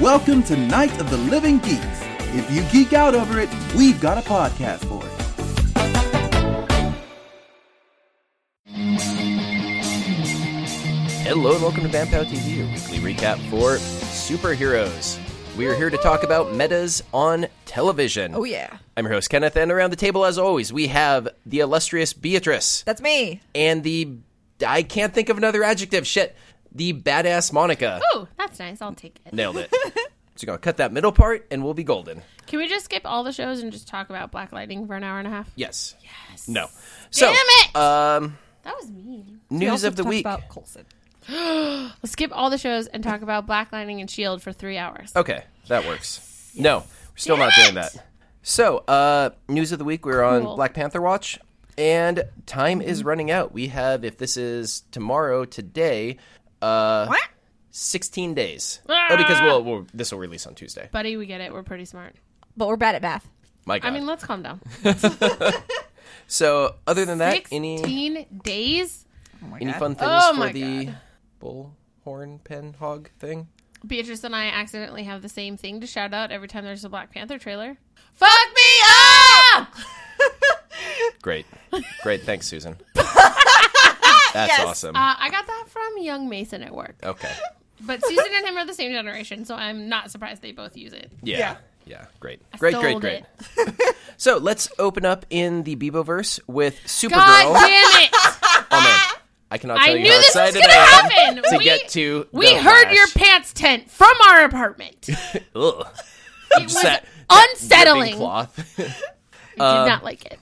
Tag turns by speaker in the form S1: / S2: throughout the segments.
S1: Welcome to Night of the Living Geeks. If you geek out over it, we've got a podcast for it.
S2: Hello and welcome to Vampire TV, your weekly recap for superheroes. We are here to talk about metas on television.
S3: Oh yeah,
S2: I'm your host Kenneth, and around the table, as always, we have the illustrious Beatrice
S3: that's me.
S2: and the I can't think of another adjective. Shit, the badass Monica.
S4: Oh, that's nice. I'll take it.
S2: Nailed it. so you're gonna cut that middle part, and we'll be golden.
S4: Can we just skip all the shows and just talk about Black Lightning for an hour and a half?
S2: Yes. Yes. No. So,
S4: Damn it!
S2: Um,
S4: That was mean.
S3: We
S2: news
S3: also
S2: of the
S3: talked
S2: week.
S3: about Coulson.
S4: Let's skip all the shows and talk about Black Lightning and Shield E for three hours.
S2: Okay, that works. No, we're still
S4: Damn
S2: not doing
S4: it!
S2: that. So, uh, news of the week, we're on
S4: Cool. Mm-hmm.
S2: Black Panther Watch, and time is running out. We have, if this is tomorrow, today, uh,
S3: What?
S2: 16 days.
S4: Ah.
S2: Oh, because we'll, we'll, this will release on Tuesday.
S4: Buddy, we get it. We're pretty smart.
S3: But we're bad at math.
S2: My God.
S4: I mean, let's calm down.
S2: so, other than that, any,
S4: 16 days?
S2: any fun things
S4: Oh
S2: for
S4: my
S2: the
S4: God.
S2: bullhorn pen hog thing?
S4: Beatrice and I accidentally have the same thing to shout out every time there's a Black Panther trailer. Fuck me up!
S2: Great. Great. Thanks, Susan. That's awesome.
S4: Uh, I got that from Young Mason at work.
S2: okay.
S4: But Susan and him are the same generation, so I'm not surprised they both use it.
S2: Yeah. Yeah.
S3: Yeah.
S2: Great. Great, great,
S4: Sold
S2: great.
S4: it.
S2: So let's open up in the Beboverse with Supergirl.
S4: God damn it!
S2: Oh, man. I cannot tell
S4: I
S2: you
S4: knew
S2: how
S4: this was
S2: excited
S4: gonna
S2: I am
S4: happen.
S2: to
S4: we,
S2: get to.
S4: we
S2: the
S4: heard your
S2: Flash.
S4: pants tent from our apartment. It
S2: Ugh.
S4: was
S2: Set- Dripping
S4: unsettling. I
S2: cloth.
S4: did not
S2: Um,
S4: like it.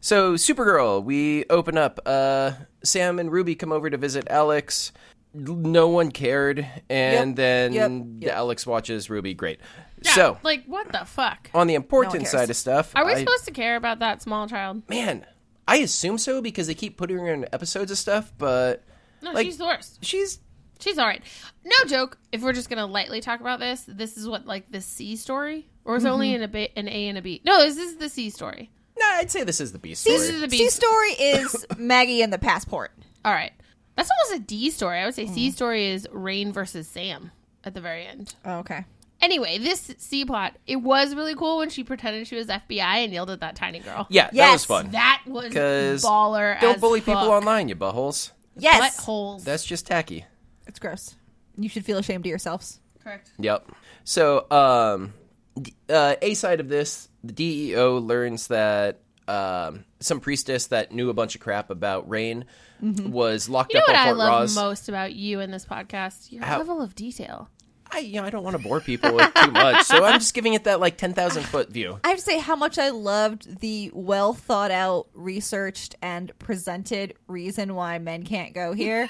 S2: so Supergirl, we open up. Uh, Sam and Ruby come over to visit Alex. No one cared, and
S3: Yep,
S2: then
S3: yep, yep.
S2: Alex watches Ruby. Great.
S4: Yeah,
S2: so
S4: like, what the fuck?
S2: on the important
S3: cares.
S2: side of stuff,
S4: Are we
S2: I-
S4: supposed to care about that small child?
S2: man, I assume so because they keep putting her in episodes of stuff, but
S4: No,
S2: Like-
S4: she's the worst.
S2: she's
S4: She's all right. No joke. If we're just gonna lightly talk about this, this is what like the C story, or is it
S2: Mm-hmm.
S4: only in a ba- an A and a B? No, this is the C story.
S2: no. I'd say this is the B story.
S4: This is the B.
S3: C story is Maggie and the passport.
S4: all right, that's almost a D story. I would say
S2: Mm.
S4: C story is Rain versus Sam at the very end.
S3: Oh, okay.
S4: Anyway, this C plot, it was really cool when she pretended she was FBI and yelled at that tiny girl.
S2: Yeah, that
S3: Yes.
S2: was fun.
S4: That was
S2: 'Cause
S4: baller.
S2: Don't
S4: as
S2: bully
S4: fuck.
S2: people online, you buttholes.
S3: Yes.
S4: buttholes.
S2: That's just tacky.
S3: It's gross. You should feel ashamed of yourselves.
S4: correct.
S2: Yep. So, um, d- uh, a side of this, the DEO learns that um, some priestess that knew a bunch of crap about Rain was locked
S4: Mm-hmm. You know
S2: up on
S4: what I
S2: Fort
S4: love
S2: Ross.
S4: most about you in this podcast? Your
S2: How-
S4: level of detail.
S2: I, you know, I don't want to bore people with too much, so I'm just giving it that like ten thousand foot view.
S3: I have to say how much I loved the well thought out, researched, and presented reason why men can't go here.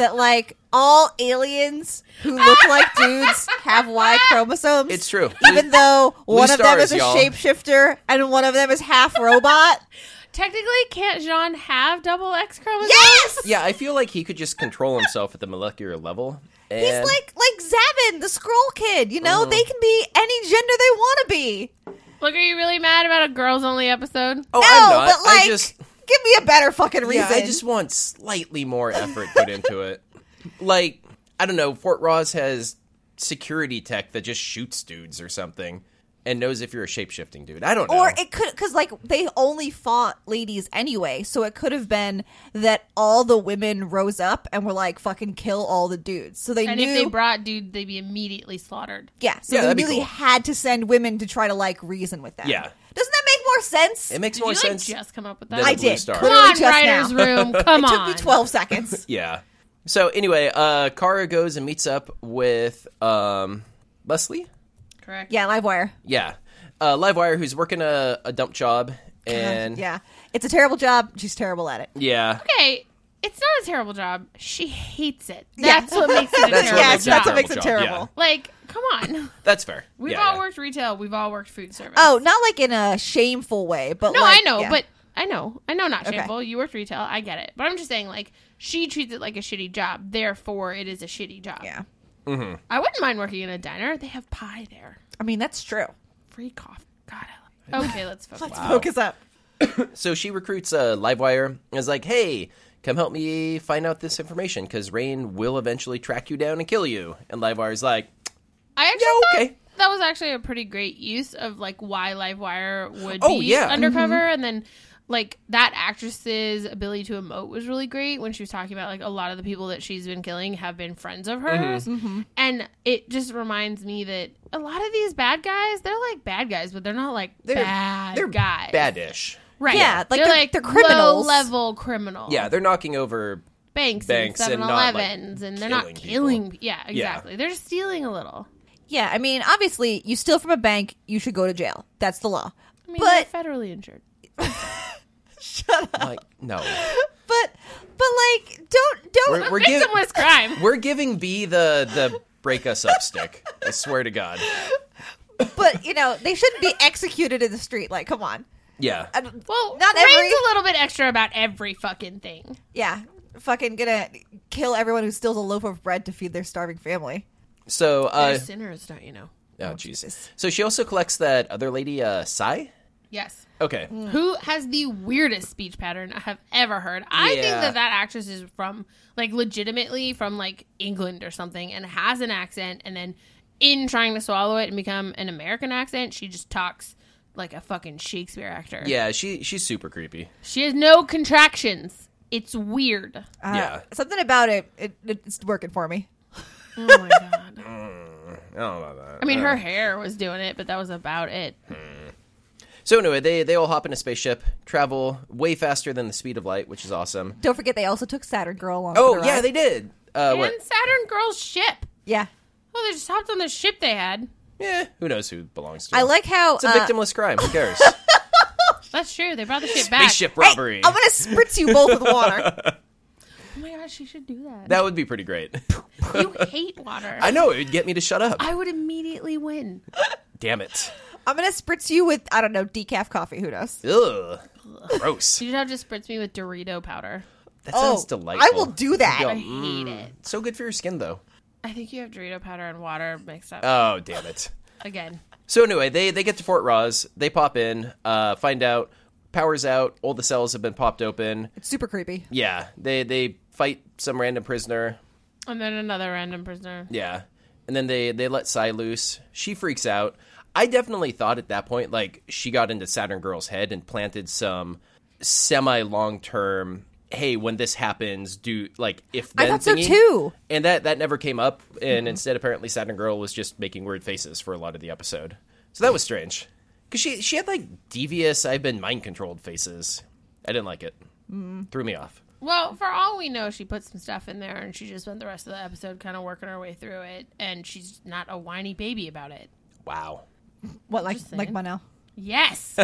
S3: that like all aliens who look like dudes have Y chromosomes.
S2: It's true.
S3: Even though one of them
S2: stars,
S3: is a
S2: y'all.
S3: shapeshifter and one of them is half robot.
S4: Technically, can't Jean have double X chromosomes?
S3: yes.
S2: Yeah, I feel like he could just control himself at the molecular level. And Mm-hmm.
S3: He's like like Zavin, the scroll kid, you know? They can be any gender they want to be.
S4: Look, are you really mad about a girls only episode?
S2: oh,
S3: no,
S2: I'm not.
S3: but like
S2: I just
S3: give me a better fucking reason.
S2: Yeah, I just want slightly more effort put into it. Like, I don't know, Fort Ross has security tech that just shoots dudes or something and knows if you're a shapeshifting dude. I don't know.
S3: Or it could, because like they only fought ladies anyway, so it could have been that all the women rose up and were like, "Fucking kill all the dudes." So they
S4: And
S3: knew,
S4: if they brought dude, they'd be immediately slaughtered.
S3: yeah. So
S2: Yeah,
S3: they
S2: that'd be
S3: really
S2: cool.
S3: had to send women to try to like reason with them.
S2: Yeah.
S3: doesn't that make more sense?
S2: It makes
S4: Did
S2: more
S4: you like,
S2: sense.
S4: just come up with that?
S2: than
S3: I
S2: the Blue
S3: did.
S2: Star.
S3: Clearly
S4: Come on,
S3: just now.
S4: writers room. Come
S3: It
S4: on.
S3: took me twelve seconds.
S2: Yeah. So anyway, uh Kara goes and meets up with um Leslie?
S4: Correct.
S3: yeah, Livewire.
S2: Yeah. Uh Livewire who's working a, a dump job and
S3: Uh-huh. Yeah, it's a terrible job. She's terrible at it.
S2: Yeah.
S4: okay, it's not a terrible job. She hates it.
S3: Yeah.
S4: That's what makes it a
S2: That's what
S4: terrible
S3: yes,
S2: makes it a
S3: that's
S4: job.
S3: what makes it
S2: terrible job,
S3: terrible.
S4: like, come on.
S2: That's fair.
S4: We've
S2: Yeah,
S4: all
S2: yeah.
S4: worked retail. We've all worked food service.
S3: Oh, not like in a shameful way, but
S4: no,
S3: like,
S4: I know,
S3: yeah.
S4: but I know, I know, not shameful. You worked retail. I get it, but I'm just saying, like, she treats it like a shitty job. Therefore, it is a shitty job.
S3: yeah,
S4: I wouldn't mind working in a diner. They have pie there,
S3: I mean that's true.
S4: free coffee. God, I love. Okay, let's focus.
S3: Let's focus up.
S2: So she recruits uh, Livewire and is like, hey, come help me find out this information because Rain will eventually track you down and kill you. And Livewire's like,
S4: I actually
S2: Yeah,
S4: thought
S2: okay.
S4: that was actually a pretty great use of like why Livewire would
S2: Oh,
S4: be
S2: yeah.
S4: undercover, and then like that actress's ability to emote was really great when she was talking about like a lot of the people that she's been killing have been friends of
S2: Mm-hmm.
S4: hers,
S3: Mm-hmm.
S4: and it just reminds me that a lot of these bad guys they're like bad guys, but they're not like
S2: They're
S4: bad
S2: they're
S4: guys,
S2: badish.
S4: right?
S3: Yeah, like,
S4: they're,
S3: they're-
S4: like
S3: they're criminals.
S4: low level criminals.
S2: Yeah, they're knocking over.
S4: banks,
S2: banks and
S4: and
S2: not,
S4: 7-Elevens,
S2: like,
S4: and, they're
S2: killing
S4: not
S2: people.
S4: killing. pe- Yeah, exactly. They're just stealing a little.
S3: Yeah, I mean, obviously, you steal from a bank, you should go to jail. That's the law.
S4: I mean,
S3: but
S4: they're federally insured.
S2: Like no,
S3: but but like, don't don't.
S2: we're, we're giving
S4: Victimless crime.
S2: we're giving B the the break us up stick. I swear to God.
S3: but you know, they shouldn't be executed in the street. Like, come on.
S2: Yeah,
S3: I don't-
S4: Well,
S3: Not
S4: not every...
S3: every-
S4: a little bit extra about every fucking thing.
S3: yeah, fucking gonna kill everyone who steals a loaf of bread to feed their starving family.
S2: So,
S4: They're
S2: uh,
S4: sinners, don't you know?
S2: oh jeez. So she also collects that other lady, uh, Sai.
S4: Yes.
S2: Okay,
S4: Who has the weirdest speech pattern I have ever heard? I think
S2: Yeah.
S4: that that actress is from, like, legitimately from, like, England or something and has an accent. And then, in trying to swallow it and become an American accent, she just talks like a fucking Shakespeare actor.
S2: yeah, she she's super creepy.
S4: She has no contractions. It's weird.
S3: Uh,
S2: Yeah.
S3: something about it, it. It's working for me.
S4: Oh my god.
S2: I don't know about that.
S4: I mean, her hair was doing it, but that was about it.
S2: So anyway, they they all hop in a spaceship, travel way faster than the speed of light, which is awesome.
S3: Don't forget, they also took Saturn Girl along. for
S2: Oh
S3: the
S2: yeah,
S3: ride.
S2: they did. Uh,
S4: and
S2: what?
S4: Saturn Girl's ship.
S3: yeah.
S4: Oh, they just hopped on the ship they had.
S2: Yeah, who knows who it belongs to?
S3: I like how
S2: It's a
S3: uh,
S2: victimless crime. Who cares?
S4: That's true. They brought the ship back.
S2: Spaceship robbery.
S3: I'm gonna spritz you both with water.
S4: Oh my gosh, she should do that.
S2: that would be pretty great.
S4: you hate water.
S2: I
S4: I,
S2: know it would get me to shut up.
S4: would immediately win.
S2: Damn it.
S3: I'm gonna spritz you with I don't know decaf coffee. Who knows?
S2: Ugh. Gross.
S4: You'd have to spritz me with Dorito powder.
S2: That sounds
S3: Oh,
S2: delightful.
S3: I will do that.
S4: I
S2: Go,
S4: hate it.
S2: so good for your skin though.
S4: I think you have Dorito powder and water mixed up
S2: Oh damn it.
S4: again.
S2: So anyway, they they get to Fort Ross. They pop in, uh, find out powers out. All the cells have been popped open.
S3: It's super creepy.
S2: Yeah, they they fight some random prisoner.
S4: And then another random prisoner.
S2: Yeah, and then they they let Sai loose. She freaks out. I definitely thought at that point, like she got into Saturn Girl's head and planted some semi long term. Hey, when this happens, do like if
S3: I
S2: then
S3: thought so,
S2: thingy."
S3: too. Mm-hmm.
S2: And that that never came up. And instead, apparently, Saturn Girl was just making weird faces for a lot of the episode. So that was strange because she she had like devious, I've been mind controlled faces. I didn't like it.
S3: Mm-hmm.
S2: Threw me off.
S4: Well, for all we know, she put some stuff in there and she just spent the rest of the episode kind of working her way through it. And she's not a whiny baby about it.
S2: Wow.
S3: What like
S4: Just saying.
S3: like Monel?
S4: Yes.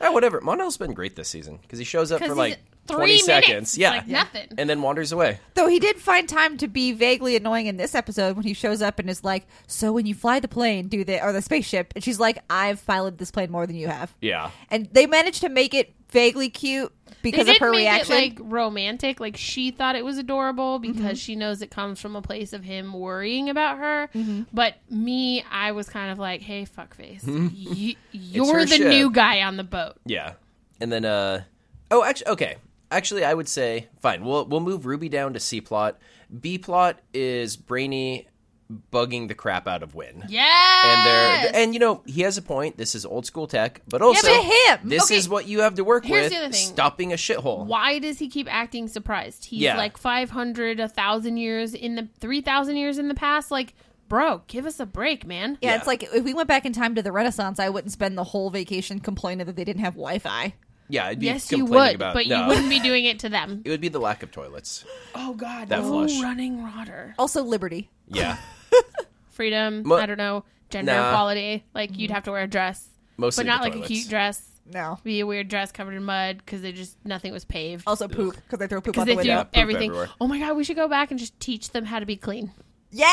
S2: Ah, whatever. Monel's been great this season because he shows up for
S4: Because
S2: like
S4: he's-
S2: twenty
S4: three minutes.
S2: seconds, yeah,
S4: Like, nothing.
S2: and then wanders away.
S3: Though he did find time to be vaguely annoying in this episode when he shows up and is like, "So when you fly the plane, do the or the spaceship?" And she's like, "I've piloted this plane more than you have."
S2: Yeah,
S3: And they managed to make it vaguely cute because
S4: they
S3: of
S4: did
S3: her
S4: make
S3: reaction.
S4: It, like romantic, like she thought it was adorable
S2: Mm-hmm.
S4: because she knows it comes from a place of him worrying about her.
S2: Mm-hmm.
S4: But me, I was kind of like, "Hey, fuckface, y- you're
S2: her
S4: the
S2: ship.
S4: new guy on the boat."
S2: yeah. And then, uh, oh, actually, okay. Actually, I would say fine. We'll we'll move Ruby down to C plot. B plot is Brainy bugging the crap out of Win.
S4: Yes,
S2: And they're and you know he has a point. This is old school tech, but also
S3: but him!
S2: This
S4: Okay.
S2: is what you have to work
S4: Here's
S2: with.
S4: the other thing.
S2: Stopping a shithole.
S4: why does he keep acting surprised? He's
S2: Yeah.
S4: like 500, 1,000 years in the 3,000 years in the past. Like, bro, give us a break, man.
S3: yeah,
S2: Yeah.
S3: it's like if we went back in time to the Renaissance, I wouldn't spend the whole vacation complaining that they didn't have Wi-Fi.
S2: Yeah, I'd be
S4: Yes, you
S2: complaining
S4: would,
S2: about
S4: but
S2: no.
S4: you wouldn't be doing it to them.
S2: It would be the lack of toilets.
S4: Oh God,
S2: That
S4: no
S2: flush.
S4: running water.
S3: Also, liberty.
S2: Yeah,
S4: freedom.
S2: Mo-
S4: I don't know gender
S2: Nah.
S4: equality. Like you'd have to wear a dress,
S2: mostly
S4: but not
S2: the
S4: like a
S2: toilets.
S4: cute dress.
S3: No.
S4: Be a weird dress covered in mud because they just nothing was paved.
S3: Also, poop because they throw poop
S4: Because
S3: out
S4: they
S3: the
S4: threw
S3: window.
S2: Yeah, poop
S4: everything.
S2: everywhere.
S4: Oh my god, we should go back and just teach them how to be clean,
S3: Yeah,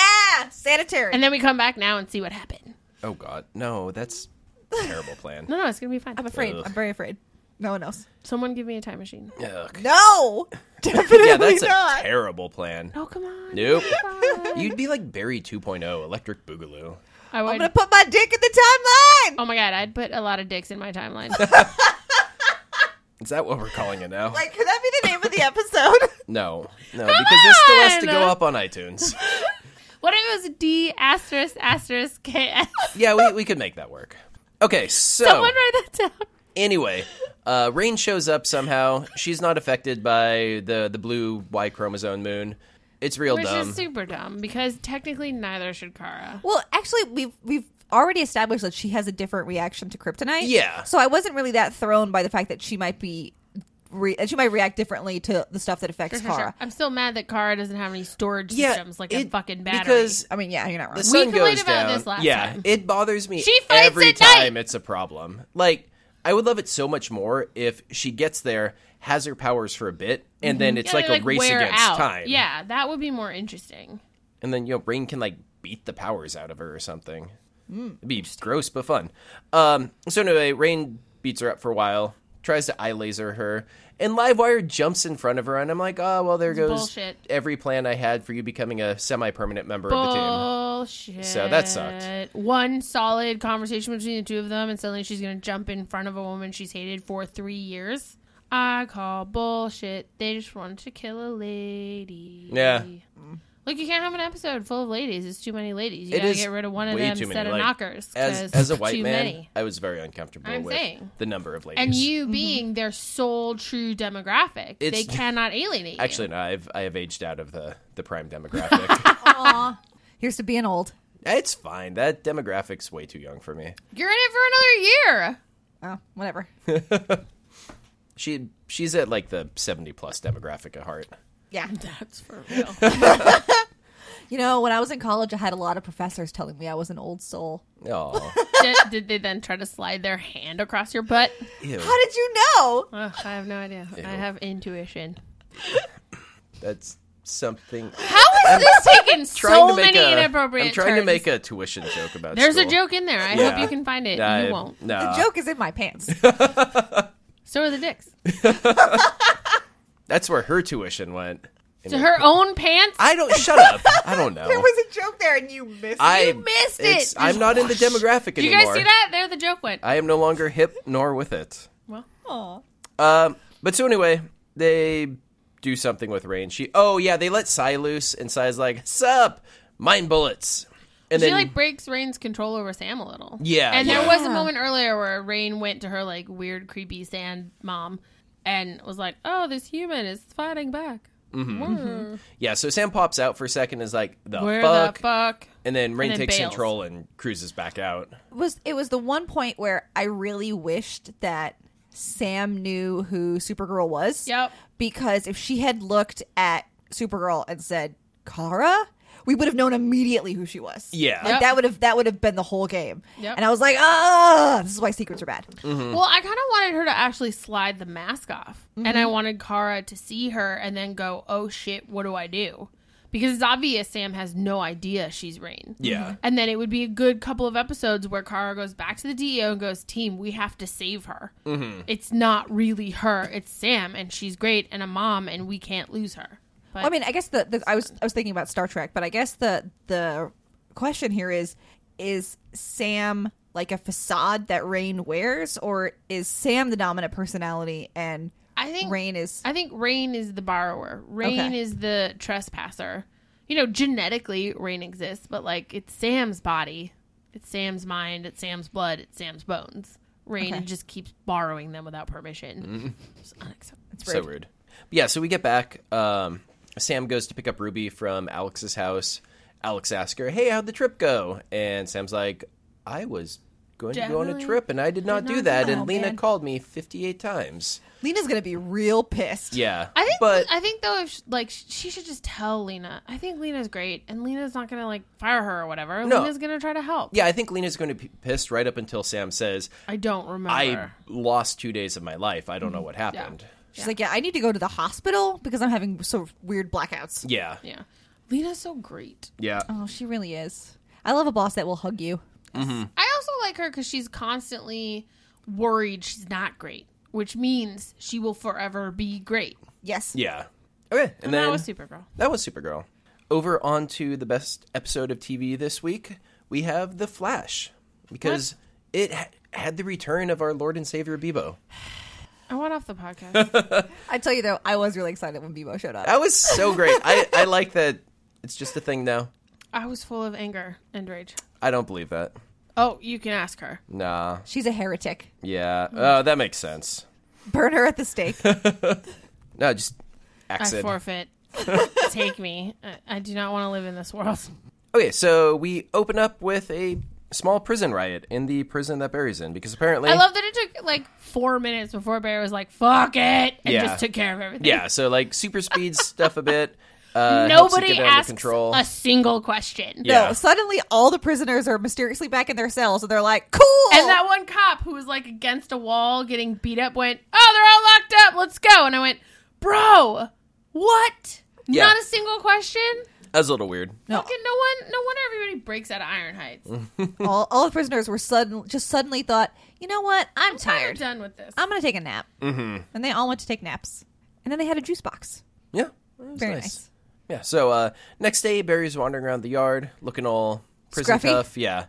S3: sanitary.
S4: and then we come back now and see what happened.
S2: Oh God, no, that's a terrible plan.
S4: No, no, it's gonna be fine.
S3: I'm afraid.
S2: Ugh.
S3: I'm very afraid. No one else.
S4: Someone give me a time machine.
S2: Ugh.
S3: No, definitely
S2: Yeah, that's
S3: not.
S2: a terrible plan.
S4: Oh come on.
S2: Nope.
S4: Fine.
S2: You'd be like Barry 2.0, Electric Boogaloo.
S4: I
S3: I'm
S4: would.
S3: gonna put my dick in the timeline.
S4: Oh my god, I'd put a lot of dicks in my timeline.
S2: Is that what we're calling it now?
S3: Like, could that be the name of the episode?
S2: no, no, because this still has to
S4: on!
S2: go up on iTunes.
S4: what if it was D asterisk asterisk K S.
S2: Yeah, we, we could make that work. Okay, so
S4: Someone write that down.
S2: anyway, uh, Rain shows up somehow. She's not affected by the the blue Y chromosome moon. It's real
S4: Which
S2: dumb.
S4: is super dumb because technically neither should Kara.
S3: Well, actually, we've we've already established that she has a different reaction to kryptonite.
S2: Yeah.
S3: So I wasn't really that thrown by the fact that she might be, re- that she might react differently to the stuff that affects
S4: Sure, sure.
S3: Kara.
S4: I'm still mad that Kara doesn't have any storage systems like a
S2: it-
S4: fucking battery.
S2: Because
S3: I mean, yeah, you're not wrong.
S2: the sun
S4: complained
S2: goes
S4: about
S2: down.
S4: this last
S2: yeah,
S4: time.
S2: it bothers me
S4: She fights
S2: every
S4: at night!
S2: time it's a problem. Like I would love it so much more if she gets there, has her powers for a bit, and then it's
S4: Yeah,
S2: like
S4: they,
S2: a race
S4: wear
S2: against
S4: out.
S2: time.
S4: Yeah, that would be more interesting.
S2: and then you know rain can like beat the powers out of her or something
S4: Mm.
S2: it'd be gross but fun um so anyway rain beats her up for a while tries to eye laser her and livewire jumps in front of her and i'm like oh well there goes
S4: bullshit.
S2: every plan i had for you becoming a semi-permanent member of the team
S4: Bullshit.
S2: So that sucked.
S4: One solid conversation between the two of them, and suddenly she's going to jump in front of a woman she's hated for three years. I call bullshit. They just wanted to kill a lady.
S2: Yeah.
S4: Look, you can't have an episode full of ladies. It's too many ladies. You
S2: It
S4: gotta
S2: is
S4: get rid of one of
S2: way
S4: them
S2: too
S4: instead
S2: many,
S4: of
S2: like,
S4: knockers.
S2: as
S4: 'cause
S2: as a
S4: it's
S2: white
S4: too
S2: man
S4: many.
S2: i was very uncomfortable
S4: I'm
S2: with
S4: saying.
S2: the number of ladies
S4: and you being their sole true demographic,
S2: It's-
S4: they cannot alienate. you.
S2: actually no i've i have aged out of the the prime demographic
S3: Here's to being old.
S2: it's fine that demographic's way too young for me
S4: you're in it for another year.
S3: Oh, whatever.
S2: she she's at like the 70 plus demographic at heart
S3: Yeah.
S4: That's for real.
S3: You know, when I was in college, I had a lot of professors telling me I was an old soul.
S2: oh
S4: did, did they then try to slide their hand across your butt?
S2: Ew,
S3: How did you know?
S4: Ugh, I have no idea. I have intuition.
S2: that's something.
S4: How is this taking so many
S2: a,
S4: inappropriate
S2: I'm trying to
S4: turns?
S2: make a tuition joke about.
S4: There's a
S2: school.
S4: joke in there. I hope
S2: Yeah.
S4: you can find it.
S2: I-
S4: you won't.
S2: No.
S3: the joke is in my pants.
S4: So are the dicks.
S2: That's where her tuition went.
S4: To her own pants.
S2: I don't. Shut up. I don't know.
S3: there was a joke there, and you missed.
S2: I
S4: you missed it.
S2: it's- I'm not in the demographic
S4: Did you
S2: anymore.
S4: guys see that? There, the joke went.
S2: I am no longer hip nor with it.
S4: well,
S3: Aw.
S2: Um, but so anyway, they do something with Rain. She. Oh yeah, they let Sai loose, and Sai's like, "Sup, mind bullets." And
S4: she
S2: then
S4: like breaks Rain's control over Sam a little.
S2: Yeah,
S4: and
S2: yeah.
S4: there was a moment earlier where Rain went to her like weird, creepy sand mom, and was like, "Oh, this human is fighting back." Word.
S2: yeah, so Sam pops out for a second, and is like, "The
S4: Where
S2: fuck."
S4: the fuck?
S2: And then Rain
S4: then
S2: takes
S4: bails.
S2: control and cruises back out.
S3: was it was the one point where I really wished that Sam knew who Supergirl was.
S4: Yep.
S3: Because if she had looked at Supergirl and said Kara, we would have known immediately who she was.
S2: Yeah.
S3: Like
S4: Yep.
S3: that would have that would have been the whole game.
S4: Yep.
S3: And I was like, ah, this is why secrets are bad.
S4: Well, I kind of wanted her to actually slide the mask off, and I
S3: Mm-hmm.
S4: wanted Kara to see her and then go, "Oh shit, what do I do?" Because it's obvious Sam has no idea she's Rain.
S2: Yeah.
S4: And then it would be a good couple of episodes where Kara goes back to the DEO and goes, "Team, we have to save her.
S3: Mm-hmm.
S4: It's not really her; it's Sam, and she's great and a mom, and we can't lose her." But
S3: Well, I mean, I guess the, the I was I was thinking about Star Trek, but I guess the the question here is is Sam like a facade that Rain wears, or is Sam the dominant personality and
S4: I think
S3: Rain is
S4: I think Rain is the borrower. Rain
S3: Okay.
S4: is the trespasser. You know, genetically, Rain exists, but like it's Sam's body, it's Sam's mind, it's Sam's blood, it's Sam's bones. Rain
S3: Okay.
S4: just keeps borrowing them without permission. It's unacceptable.
S2: So rude. Yeah, so we get back. Um, Sam goes to pick up Ruby from Alex's house. Alex asks her, "Hey, how'd the trip go?" And Sam's like, "I was going to go on a
S4: Definitely
S2: trip, and I did not
S4: did
S2: do
S4: not
S2: that."
S4: go,
S2: and Lena
S3: man.
S2: called me fifty-eight times.
S3: Lena's gonna be real pissed.
S2: Yeah,
S4: I think,
S2: but
S4: I think though, if sh like sh- she should just tell Lena. I think Lena's great, and Lena's not gonna like fire her or whatever.
S2: No.
S4: Lena's gonna try to help.
S2: yeah, I think Lena's going to be pissed right up until Sam says,
S4: I don't remember.
S2: "I lost two days of my life. I don't
S4: Mm-hmm.
S2: know what happened."
S3: She's like, yeah, I need to go to the hospital because I'm having so weird blackouts.
S2: Yeah, yeah,
S4: yeah, Lena's so great.
S3: Oh, she really is. I love a boss that will hug you.
S4: I also like her because she's constantly worried she's not great, which means she will forever be great.
S3: Yes.
S2: yeah. Okay, and,
S4: And
S2: then
S4: that was Supergirl.
S2: That was Supergirl. Over onto the best episode of TV this week, we have The Flash because it ha- had the return of our Lord and Savior Bebo.
S4: I went off the podcast.
S3: I tell you though,
S2: Oh.
S3: I was really excited when Bebo showed up.
S2: That was so great. I, I like that it's just a thing now.
S4: I was full of anger and rage.
S2: I don't believe that.
S4: Oh, you can ask her.
S2: Nah.
S3: She's a heretic.
S2: Yeah. Uh, that makes sense.
S3: Burn her at the stake.
S2: No, just
S4: I
S2: accent.
S4: forfeit. Take me. I, I do not want to live in this world.
S2: Okay, so we open up with a small prison riot in the prison that Barry's in because apparently
S4: I love that it took like four minutes before Barry was like, "Fuck it," and
S2: Yeah.
S4: just took care of everything.
S2: Yeah, so like super speeds stuff a bit. Uh, helps you
S4: Nobody
S2: get it under
S4: asks
S2: control.
S4: a single question.
S2: Yeah.
S3: No, suddenly all the prisoners are mysteriously back in their cells, and they're like, "Cool."
S4: And that one cop who was like against a wall getting beat up went, "Oh, they're all locked up. Let's go." And I went, "Bro, what?
S2: Yeah.
S4: Not a single question."
S2: That's a little weird.
S3: no, Mm-hmm.
S4: Fucking no one. No wonder everybody breaks out of Iron Heights.
S3: all, all the prisoners were sudden, just suddenly thought, "You know what? I'm,
S4: I'm
S3: tired.
S4: done with this.
S3: I'm gonna take a nap." Mm-hmm. And they all went to take naps, and then they had a juice box.
S2: Yeah. That's
S3: Very
S2: nice.
S3: nice.
S2: Yeah. So uh, next day, Barry's wandering around the yard, looking all prison
S3: Scruffy? Mm-hmm.
S2: tough. Yeah,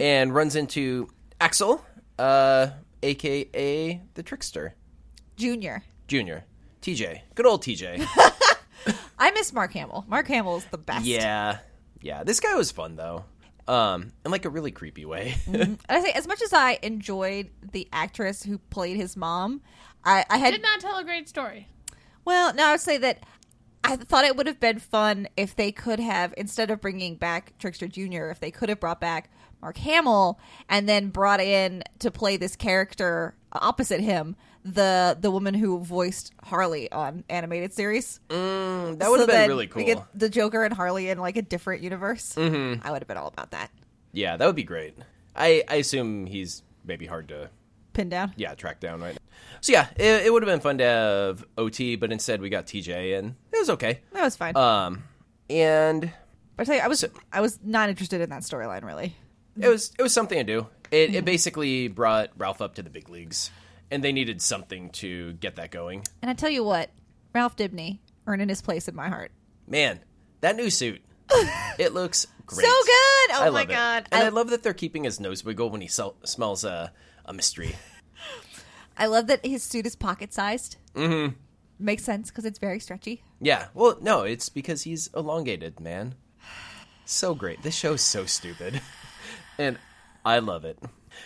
S2: and runs into Axel, uh, aka the trickster,
S3: Junior,
S2: Junior, TJ, good old TJ.
S3: I miss Mark Hamill. Mark Hamill's the best.
S2: yeah, yeah. This guy was fun though, um, in like a really creepy way.
S3: And I say, as much as I enjoyed the actress who played his mom, I, I had
S4: Did not tell a great story.
S3: Well, no, I would say that I thought it would have been fun if they could have, instead of bringing back Trickster Jr., if they could have brought back Mark Hamill and then brought in to play this character opposite him, the the woman who voiced Harley on animated series.
S2: that would have been
S3: then
S2: really cool.
S3: we get the Joker and Harley in like a different universe. Mm-hmm. I would have been all about that.
S2: Yeah, that would be great. I I assume he's maybe hard to
S3: Pinned down.
S2: yeah track down right. So yeah, it, it would have been fun to have OT, but instead we got TJ, and it was okay.
S3: That was fine.
S2: Um, and
S3: but I tell you, I was I was not interested in that storyline really.
S2: it was it was something to do. It
S3: Mm-hmm.
S2: it basically brought Ralph up to the big leagues, and they needed something to get that going.
S3: And I tell you what, Ralph Dibney earning his place in my heart.
S2: Man, that new suit, it looks great,
S3: So good! Oh
S2: I
S3: my
S2: love it.
S3: God.
S2: and I,
S3: I-
S2: love that they're keeping his nose wiggle when he sel- smells a a mystery.
S3: I love that his suit is pocket sized. Mm-hmm. Makes sense because it's very stretchy.
S2: Yeah, well, no, it's because he's elongated, man. So great. This show's so stupid, and I love it.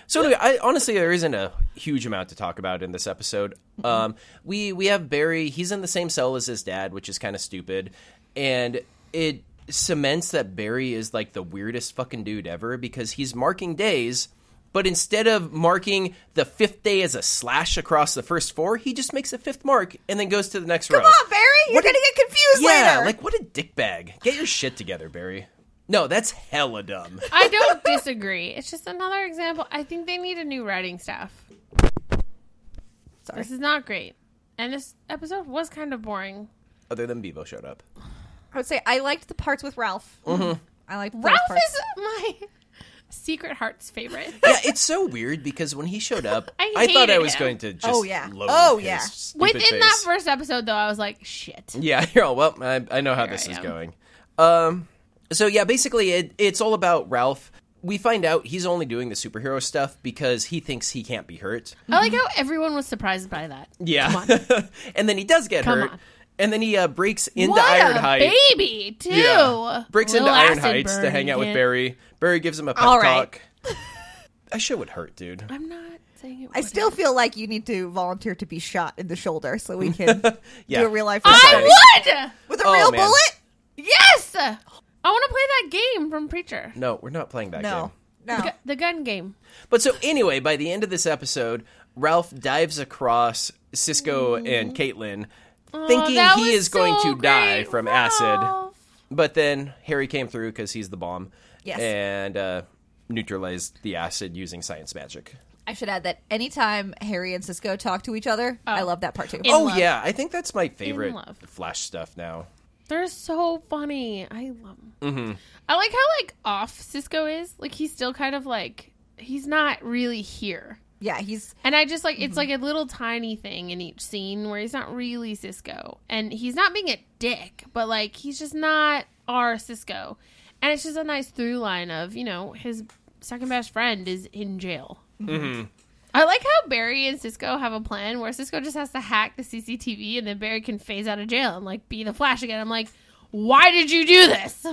S2: So anyway, I, honestly, there isn't a huge amount to talk about in this episode. Um, we we have Barry. He's in the same cell as his dad, which is kind of stupid, and it cements that Barry is like the weirdest fucking dude ever because he's marking days. But instead of marking the fifth day as a slash across the first four, he just makes a fifth mark and then goes to the next row.
S3: Come on, Ah, Barry! You're
S2: What
S3: gonna
S2: did-
S3: get confused
S2: yeah,
S3: later.
S2: like what a dickbag. Get your shit together, Barry. No, that's hella dumb.
S4: I don't disagree. It's just another example. I think they need a new writing staff.
S3: Sorry.
S4: This is not great. And this episode was kind of boring.
S2: Other than Bevo showed up.
S3: I would say I liked the parts with Ralph. Mm-hmm. I liked those
S4: Ralph
S3: parts.
S4: is my secret heart's favorite.
S2: Yeah, it's so weird because when he showed up,
S4: I
S2: I, thought I
S4: hated
S2: was
S4: him.
S2: going to just
S3: Oh, yeah.
S2: loathe
S3: Oh,
S2: his
S3: yeah.
S2: stupid
S4: Within that
S2: face.
S4: first episode, though, I was like, shit.
S2: Yeah, you're all, well, I, I know how this
S4: I
S2: is
S4: am.
S2: going. Um, so yeah, basically, it, it's all about Ralph. We find out he's only doing the superhero stuff because he thinks he can't be hurt.
S4: I like how everyone was surprised by that.
S2: Yeah, and then he does get
S4: Come
S2: hurt,
S4: on.
S2: and then he uh, breaks into
S4: what
S2: Iron
S4: a
S2: Height.
S4: baby, too.
S2: Yeah. Breaks
S4: Little
S2: into Iron
S4: acid
S2: Heights to
S4: burn
S2: hang out with
S4: kid.
S2: Barry. Barry gives him a pep
S3: All right.
S2: talk. that shit would hurt, dude.
S4: I'm not saying it.
S3: I
S4: wouldn't.
S3: still feel like you need to volunteer to be shot in the shoulder so we can
S2: Yeah. Uh,
S3: do a real life
S2: Pathetic.
S4: I would.
S3: with a
S2: Oh,
S3: real
S2: man.
S3: bullet.
S4: Yes. I want to play that game from Preacher.
S2: No, we're not playing that
S3: No, no.
S4: Gu- The gun game.
S2: But so anyway, by the end of this episode, Ralph dives across Cisco and Caitlin, thinking
S4: Mm-hmm. Oh, that
S2: he
S4: was
S2: is going
S4: so
S2: to die
S4: great,
S2: from acid.
S4: Ralph.
S2: But then Harry came through because he's the bomb.
S3: Yes.
S2: And uh, neutralized the acid using science magic.
S3: I should add that anytime Harry and Cisco talk to each other, I love that part too.
S4: In
S2: oh
S4: love.
S2: yeah, I think that's my favorite
S4: love.
S2: Flash stuff now.
S4: They're so funny. I love them.
S2: Mm-hmm.
S4: I like how like off Cisco is. Like he's still kind of like he's not really here.
S3: yeah, he's
S4: And I just like it's like a little tiny thing in each scene where he's not really Cisco. And he's not being a dick, but like he's just not our Cisco. And it's just a nice through line of, you know, his second best friend is in jail. I like how Barry and Cisco have a plan where Cisco just has to hack the CCTV and then Barry can phase out of jail and like be the Flash again. I'm like, why did you do this?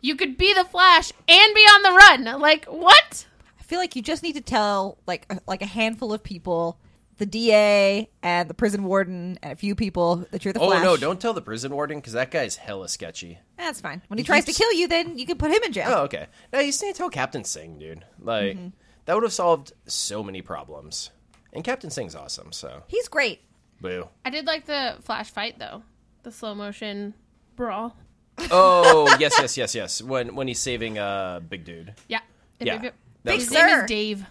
S4: You could be the Flash and be on the run. Like what?
S3: I feel like you just need to tell like a, like a handful of people, the DA and the prison warden and a few people that you're the
S2: Oh
S3: Flash. Eh,
S2: no, don't tell the prison warden because that guy's hella sketchy.
S3: That's fine. When he tries to kill you, then you can put him in jail.
S2: Oh, okay. No, you just need to tell Captain Singh, dude. Like that would have solved so many problems. And Captain Singh's awesome, so
S3: He's great.
S2: boo.
S4: I did like the Flash fight though. The slow motion brawl.
S2: Oh yes, yes, yes, yes. When when he's saving uh big dude.
S4: Yeah.
S2: Yeah. That
S4: Big
S2: was
S4: His
S2: cool.
S4: name
S3: Sir.
S4: is Dave.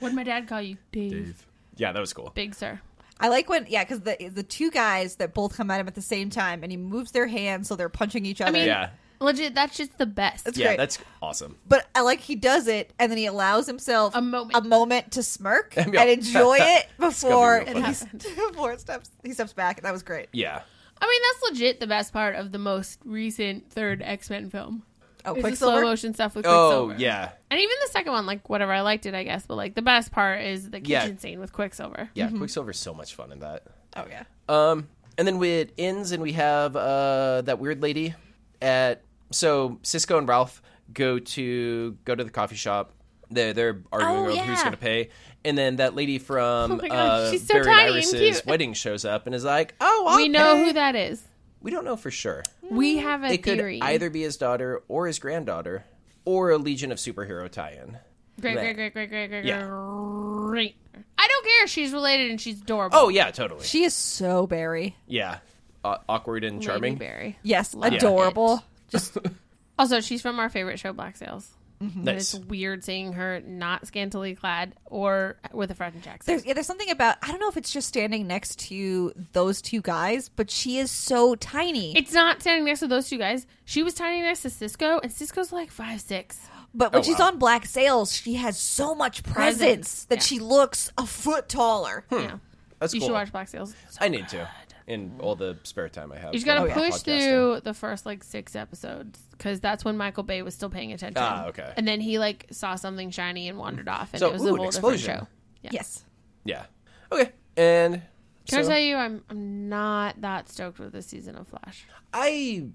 S4: What did my dad call you? Dave.
S2: Yeah, that was cool.
S4: Big Sir.
S3: I like when yeah, because the the two guys that both come at him at the same time, and he moves their hands so they're punching each other.
S4: mean-
S2: Yeah.
S4: Legit, that's just the best.
S3: It's
S2: Yeah,
S3: great.
S2: that's awesome.
S3: but I like he does it, and then he allows himself
S4: A moment.
S3: to smirk
S2: Yeah.
S3: and enjoy it before
S2: It's
S3: it
S2: gonna be real
S3: he's, before it steps he steps back. That was great.
S2: Yeah.
S4: I mean, that's legit the best part of the most recent third X Men film.
S3: Oh,
S4: Is the slow
S3: Quicksilver.
S4: motion stuff with
S2: Oh
S4: Quicksilver.
S2: yeah.
S4: And even the second one, like whatever, I liked it, I guess. But like the best part is the
S2: Yeah.
S4: kitchen scene with Quicksilver.
S2: Yeah, Quicksilver's so much fun in that.
S3: Oh yeah.
S2: Um, and then it ends, and we have uh, that weird lady at. So Cisco and Ralph go to go to the coffee shop. They're, they're arguing
S4: Oh,
S2: over who's
S4: yeah.
S2: going to pay, and then that lady from
S4: Oh my God,
S2: uh,
S4: she's so
S2: Barry and
S4: tiny and
S2: Iris's
S4: cute.
S2: wedding shows up and is like, "Oh, I'll
S4: we know
S2: pay."
S4: who that is.
S2: We don't know for sure.
S4: We have a
S2: it could
S4: theory.
S2: either be his daughter or his granddaughter or a Legion of Superhero tie-in.
S4: great,
S2: Right.
S4: great, great, great, great, great,
S2: Yeah.
S4: great. I don't care. She's related and she's adorable.
S2: Oh yeah, totally.
S3: She is so Barry.
S2: yeah, Aw- awkward and
S4: Lady
S2: charming.
S4: Berry.
S3: Yes,
S4: Love
S3: adorable.
S4: Also, she's from our favorite show, Black Sails. And
S2: Nice.
S4: it's weird seeing her not scantily clad or with a French accent.
S3: There's yeah, there's something about I don't know if it's just standing next to those two guys, but she is so tiny.
S4: It's not standing next to those two guys. She was standing next to Cisco, and Cisco's like five six.
S3: but when
S2: Oh,
S3: she's
S2: wow.
S3: on Black Sails, she has so much presence,
S4: Presence,
S3: that
S4: yeah.
S3: she looks a foot taller.
S2: Hmm.
S4: Yeah,
S2: That's
S4: you
S2: cool.
S4: should watch Black Sails.
S2: I need to in all the spare time I have.
S4: You just gotta
S2: while I'm
S4: push
S2: podcasting.
S4: through the first like six episodes because that's when Michael Bay was still paying attention.
S2: Ah, okay.
S4: And then he like saw something shiny and wandered off, and
S2: So,
S4: it was
S2: ooh,
S4: a
S2: an
S4: whole different
S2: explosion.
S4: show. Yeah.
S3: Yes.
S2: Yeah. Okay. And
S4: Can
S2: so-
S4: I tell you, I'm I'm not that stoked with this season of Flash.
S2: I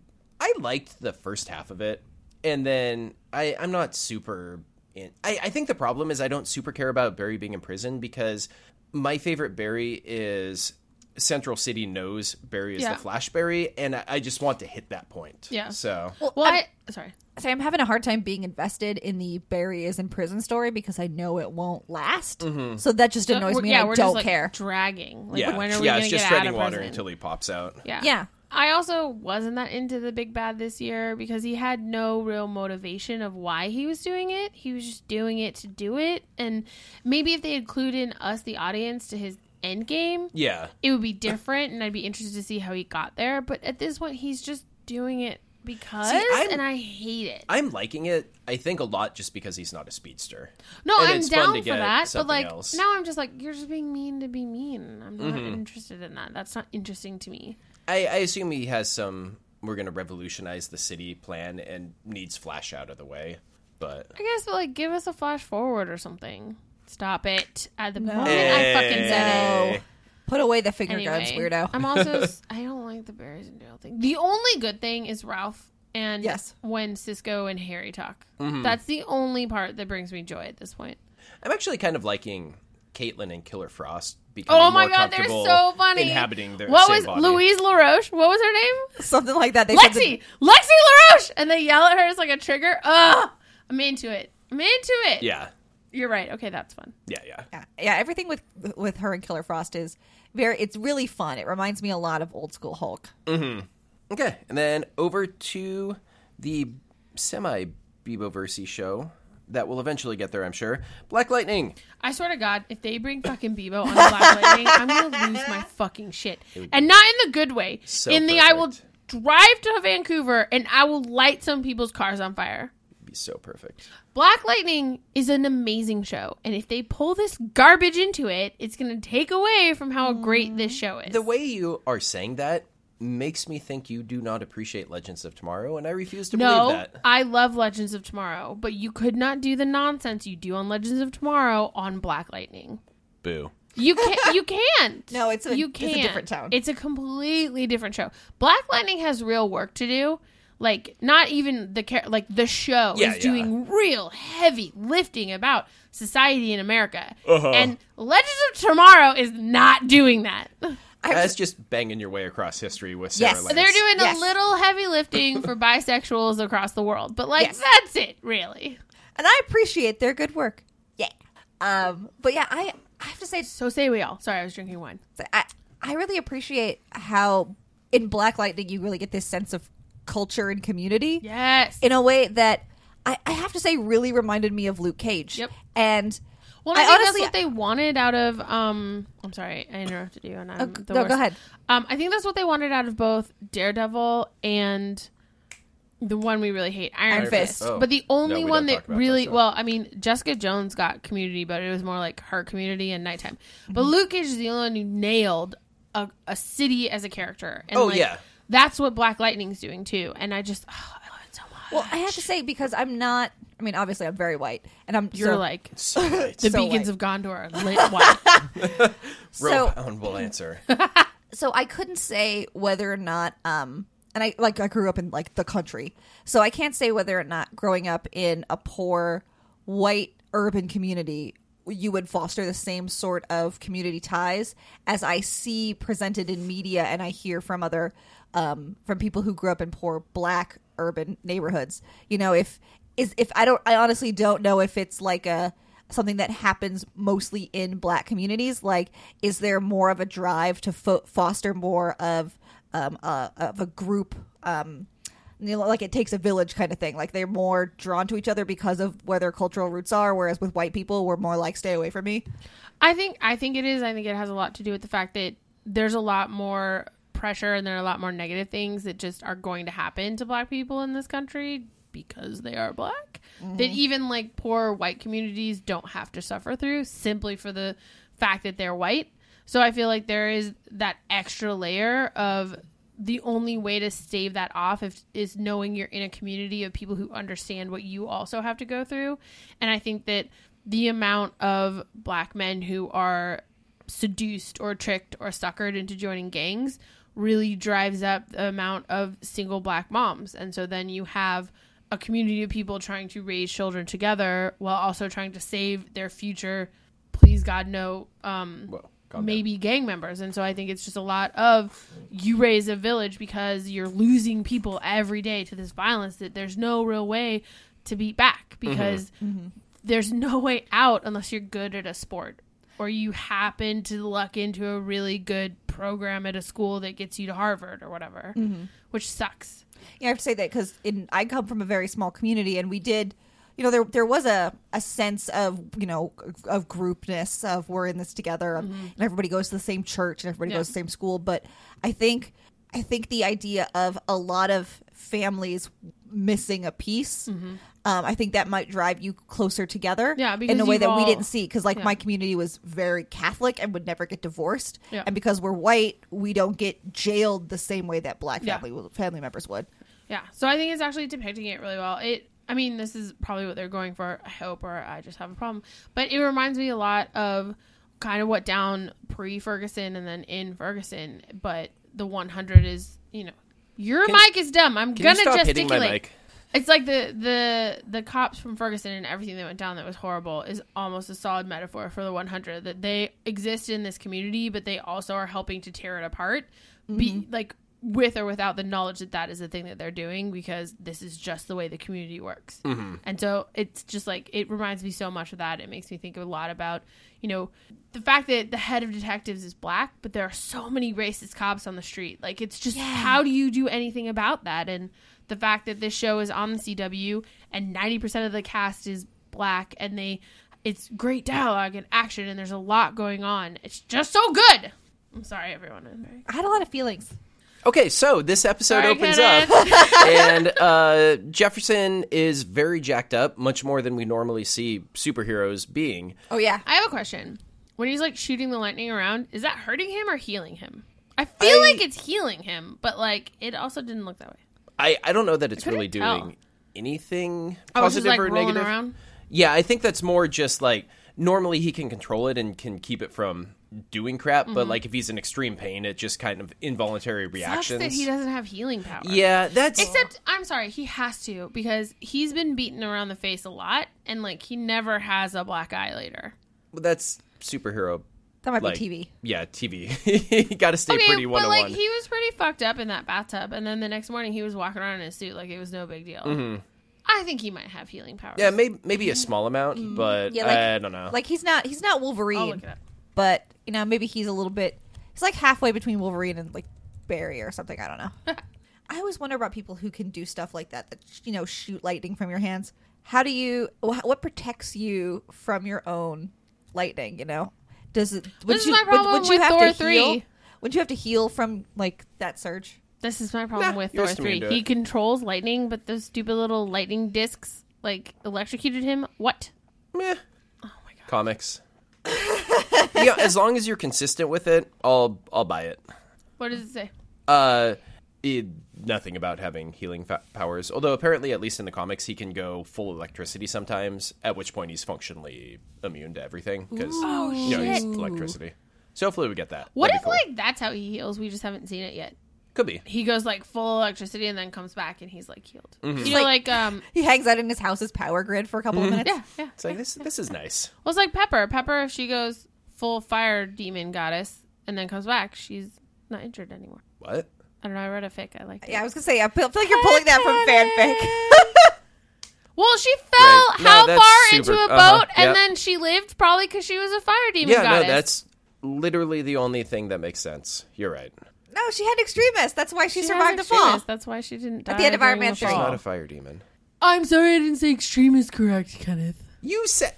S2: I liked the first half of it, and then I I'm not super. In, I I think the problem is I don't super care about Barry being in prison because my favorite Barry is Central City knows Barry is
S4: Yeah.
S2: the Flash Barry, and I, I just want to hit that point.
S4: Yeah.
S2: So
S3: Oh,
S4: Well, I, sorry.
S3: Say, I'm having a hard time being invested in the Barry is in prison story because I know it won't last.
S2: Mm-hmm.
S3: So that just annoys me. and I don't
S4: like,
S3: care.
S4: dragging. Like,
S2: yeah,
S4: when are we
S2: yeah,
S4: gonna
S2: it's just
S4: get out
S2: treading
S4: of
S2: water
S4: prison?
S2: until he pops out.
S4: Yeah.
S3: Yeah.
S4: I also wasn't that into the big bad this year because he had no real motivation of why he was doing it. He was just doing it to do it. And maybe if they had clued in us, the audience, to his end game,
S2: Yeah.
S4: it would be different. And I'd be interested to see how he got there. But at this point, he's just doing it because.
S2: I'm-
S4: and I hate it.
S2: I'm liking it. I think a lot just because he's not a speedster.
S4: No,
S2: And
S4: I'm
S2: it's fun
S4: down
S2: to
S4: for
S2: get
S4: that, but
S2: something
S4: like
S2: else. Mm-hmm.
S4: now I'm just like you're just being mean to be mean. I'm not interested in that. That's not interesting to me.
S2: I, I assume he has some. We're going to revolutionize the city plan and needs Flash out of the way. But
S4: I guess, but like, give us a flash forward or something. Stop it! At the moment,
S2: Hey.
S4: I fucking said it.
S2: Hey.
S3: Put away the finger guns,
S4: Anyway,
S3: weirdo.
S4: I'm also s- I don't like the berries in jail thing. The only good thing is Ralph and
S3: Yes.
S4: when Cisco and Harry talk.
S2: Mm-hmm.
S4: That's the only part that brings me joy at this point.
S2: I'm actually kind of liking Caitlin and Killer Frost becoming
S4: oh my
S2: more
S4: god, they're
S2: comfortable
S4: so funny.
S2: inhabiting their
S4: what
S2: same
S4: was
S2: body.
S4: Louise LaRoche? What was her name?
S3: Something like that. They said that-
S4: Lexi, Lexi LaRoche, and they yell at her as like a trigger. Ugh, I'm into it. I'm into it.
S2: Yeah,
S4: you're right. Okay, that's fun.
S2: yeah, yeah.
S3: yeah, yeah, everything with with her and Killer Frost is very. It's really fun. It reminds me a lot of old school Hulk.
S2: Okay, and then over to the semi Beboversy show that will eventually get there, I'm sure. Black Lightning.
S4: I swear to God, if they bring fucking Bebo on Black Lightning, I'm gonna lose my fucking shit, and not in the good way.
S2: So
S4: in the I will
S2: perfect.
S4: drive to Vancouver and I will light some people's cars on fire.
S2: It'd be so perfect.
S4: Black Lightning is an amazing show, and if they pull this garbage into it, it's gonna take away from how great
S2: Mm-hmm.
S4: this show is.
S2: The way you are saying that makes me think you do not appreciate Legends of Tomorrow, and I refuse to believe
S4: no,
S2: that.
S4: I love Legends of Tomorrow, but you could not do the nonsense you do on Legends of Tomorrow on Black Lightning.
S2: Boo.
S4: You can't. You can't.
S3: No, it's a-
S4: you
S3: it's a different tone.
S4: It's a completely different show. Black Lightning has real work to do. like not even the char- like the show
S2: Yeah,
S4: is
S2: yeah.
S4: doing real heavy lifting about society in America,
S3: Uh-huh.
S4: and Legends of Tomorrow is not doing that.
S2: That's just banging your way across history with Sarah
S3: Yes.
S2: Lance.
S4: They're doing
S3: Yes.
S4: a little heavy lifting for bisexuals across the world, but like
S3: Yes.
S4: that's it, really.
S3: and I appreciate their good work. Yeah. Um, but yeah, I I have to say,
S4: So say we all. Sorry, I was drinking wine.
S3: I I really appreciate how in Black Lightning you really get this sense of culture and community.
S4: Yes.
S3: in a way that I, I have to say really reminded me of Luke Cage.
S4: Yep.
S3: And
S4: Well, I,
S3: I,
S4: think
S3: honestly,
S4: that's what they wanted out of. Um, I'm sorry, I interrupted you, and I'm
S3: g-
S4: the
S3: no, go
S4: worst.
S3: ahead.
S4: Um, I think that's what they wanted out of both Daredevil and the one we really hate, Iron,
S3: Iron
S4: Fist.
S3: Fist.
S2: Oh.
S4: But the
S2: No,
S4: only
S2: we
S4: one
S2: don't
S4: that
S2: talk about
S4: really,
S2: that, so-
S4: well, I mean, Jessica Jones got Community, but it was more like her Community and nighttime. But
S3: Mm-hmm.
S4: Luke Cage is the only one who nailed a, a city as a character. And
S2: Oh,
S4: like,
S2: yeah.
S4: that's what Black Lightning's doing too. And I just, oh, I love it so much.
S3: well, I have to say because I'm not. I mean, obviously, I'm very white, and I'm
S4: You're
S3: so-
S4: like
S2: So right.
S4: the
S3: so white.
S4: beacons of Gondor are lit white.
S2: Real
S3: so
S2: poundable answer.
S3: so I couldn't say whether or not um and I like I grew up in like the country. So I can't say whether or not growing up in a poor white urban community you would foster the same sort of community ties as I see presented in media and I hear from other um from people who grew up in poor black urban neighborhoods. You know, if is if I don't I honestly don't know if it's like a something that happens mostly in black communities like is there more of a drive to fo- foster more of um uh, of a group um you know, like it takes a village kind of thing like they're more drawn to each other because of where their cultural roots are whereas with white people we're more like stay away from me
S4: I think I think it is. I think it has a lot to do with the fact that there's a lot more pressure and there are a lot more negative things that just are going to happen to black people in this country because they are black. That even like poor white communities don't have to suffer through simply for the fact that they're white. So I feel like there is that extra layer of the only way to stave that off if, is knowing you're in a community of people who understand what you also have to go through. And I think that the amount of black men who are seduced or tricked or suckered into joining gangs really drives up the amount of single black moms. And so then you have a community of people trying to raise children together while also trying to save their future, please God, no, um,
S2: Whoa, calm down.
S4: maybe gang members. And so I think it's just a lot of you raise a village because you're losing people every day to this violence that there's no real way to beat back
S2: Mm-hmm.
S4: because there's no way out unless you're good at a sport or you happen to luck into a really good program at a school that gets you to Harvard or whatever, which sucks.
S3: Yeah, I have to say that because in I come from a very small community, and we did, you know, there there was a a sense of you know of groupness of we're in this together, um, and everybody goes to the same church and everybody
S4: Mm-hmm. Yeah.
S3: goes to the same school. But I think I think the idea of a lot of families missing a piece. Um, I think that might drive you closer together
S4: Mm-hmm. Yeah,
S3: in
S4: because
S3: a way
S4: you've
S3: that we
S4: all-
S3: didn't see. Because, like,
S4: Yeah.
S3: my community was very Catholic and would never get divorced.
S4: Yeah.
S3: And because we're white, we don't get jailed the same way that black
S4: Yeah.
S3: family family members would.
S4: Yeah. So I think it's actually depicting it really well. It I mean, this is probably what they're going for, I hope, or I just have a problem. But it reminds me a lot of kind of what down pre Ferguson and then in Ferguson, but the one hundred is, you know, your
S2: Can-
S4: mic is dumb. I'm
S2: Can
S4: gonna
S2: you stop hitting
S4: gesticulate.
S2: my mic?
S4: It's like the the the cops from Ferguson and everything that went down that was horrible is almost a solid metaphor for the 100 that they exist in this community, but they also are helping to tear it apart, be like with or without the knowledge that that is the thing that they're doing because this is just the way the community works. And so it's just like it reminds me so much of that. It makes me think a lot about you know the fact that the head of detectives is black, but there are so many racist cops on the street. Like it's just how do you do anything about that and the fact that this show is on the CW and 90% of the cast is black and they it's great dialogue and action and there's a lot going on. It's just so good. I'm sorry everyone. I'm very-
S3: I had a lot of feelings.
S2: Okay, so this episode
S4: Sorry,
S2: opens
S4: Kenneth.
S2: up, and uh, Jefferson is very jacked up, much more than we normally see superheroes being.
S3: Oh yeah,
S4: I have a question. When he's like shooting the lightning around, is that hurting him or healing him? I feel
S2: I-
S4: like it's healing him, but like it also didn't look that way.
S2: I, I don't know that it's really doing
S4: couldn't tell.
S2: anything
S4: Oh, it's
S2: positive
S4: just, like,
S2: or
S4: rolling
S2: negative.
S4: around?
S2: Yeah, I think that's more just like normally he can control it and can keep it from doing crap, but like if he's in extreme pain, it just kind of involuntary
S4: Mm-hmm. Sucks
S2: reactions.
S4: that he doesn't have healing power.
S2: yeah, that's
S4: Except, I'm sorry, he has to because he's been beaten around the face a lot, and like he never has a black eye later.
S2: that's superhero.
S3: That might
S2: Like
S3: be TV.
S2: Yeah, TV. you got to stay pretty one
S4: but
S2: on
S4: like
S2: one.
S4: he was pretty fucked up in that bathtub, and then the next morning he was walking around in his suit like it was no big deal. I think he might have healing powers.
S2: Mm-hmm. Yeah, maybe maybe a small
S4: Mm-hmm.
S2: amount, but
S3: Yeah, like-
S2: uh, I don't know.
S3: Like he's not he's not
S4: I'll look
S3: Wolverine,
S4: it up.
S3: but you know maybe he's a little bit. He's like halfway between Wolverine and like Barry or something. I don't know. I always wonder about people who can do stuff like that. That you know shoot lightning from your hands. How do you? wh- What protects you from your own lightning? You know, does it? Would
S4: This is
S3: you,
S4: my problem
S3: would, would you
S4: with
S3: have
S4: Thor
S3: to heal?
S4: three.
S3: Would you have to heal from like that surge?
S4: This is my problem
S2: Nah,
S4: with
S2: you're
S4: Thor
S2: just immune
S4: three.
S2: to
S4: He
S2: it.
S4: controls lightning, but those stupid little lightning discs like electrocuted him. What?
S2: Meh.
S4: Oh
S2: Comics. yeah, as long as you're consistent with it, I'll I'll buy it.
S4: What does it say?
S2: Uh, it, nothing about having healing fa- powers. Although apparently, at least in the comics, he can go full electricity sometimes. At which point, he's functionally immune to everything because you know he's electricity. So hopefully, we get that.
S4: Oh, What
S2: That'd
S4: if
S2: be cool.
S4: like that's how he heals? We just haven't seen it yet.
S2: could be?
S4: He goes like full electricity and then comes back and he's like healed.
S2: Mm-hmm.
S4: You know, like, um,
S3: He hangs out in his house's power grid for a couple of minutes.
S4: yeah, yeah.
S2: It's like this. This is nice.
S4: Well, it's like Pepper. Pepper, if she goes full fire demon goddess and then comes back, she's not injured anymore.
S2: What?
S4: I don't know. I read a fic. I liked it.
S3: Yeah, I was gonna say I feel feel like you're pulling that from fanfic.
S4: Well, she fell
S2: Right. No,
S4: how
S2: that's
S4: far
S2: super-
S4: into a boat
S2: uh-huh,
S4: and
S2: yep.
S4: then she lived probably because she was a fire demon
S2: yeah,
S4: goddess.
S2: no, that's literally the only thing that makes sense. You're right.
S3: No, she had extremists. That's why she,
S4: She has
S3: survived the
S4: extremis.
S3: fall.
S4: That's why she didn't die
S3: the end of Iron
S4: during
S3: Man
S4: the
S3: three.
S4: fall.
S3: She's
S2: Not a fire demon.
S4: I'm sorry, I didn't say extreme is correct, Kenneth.
S2: You said.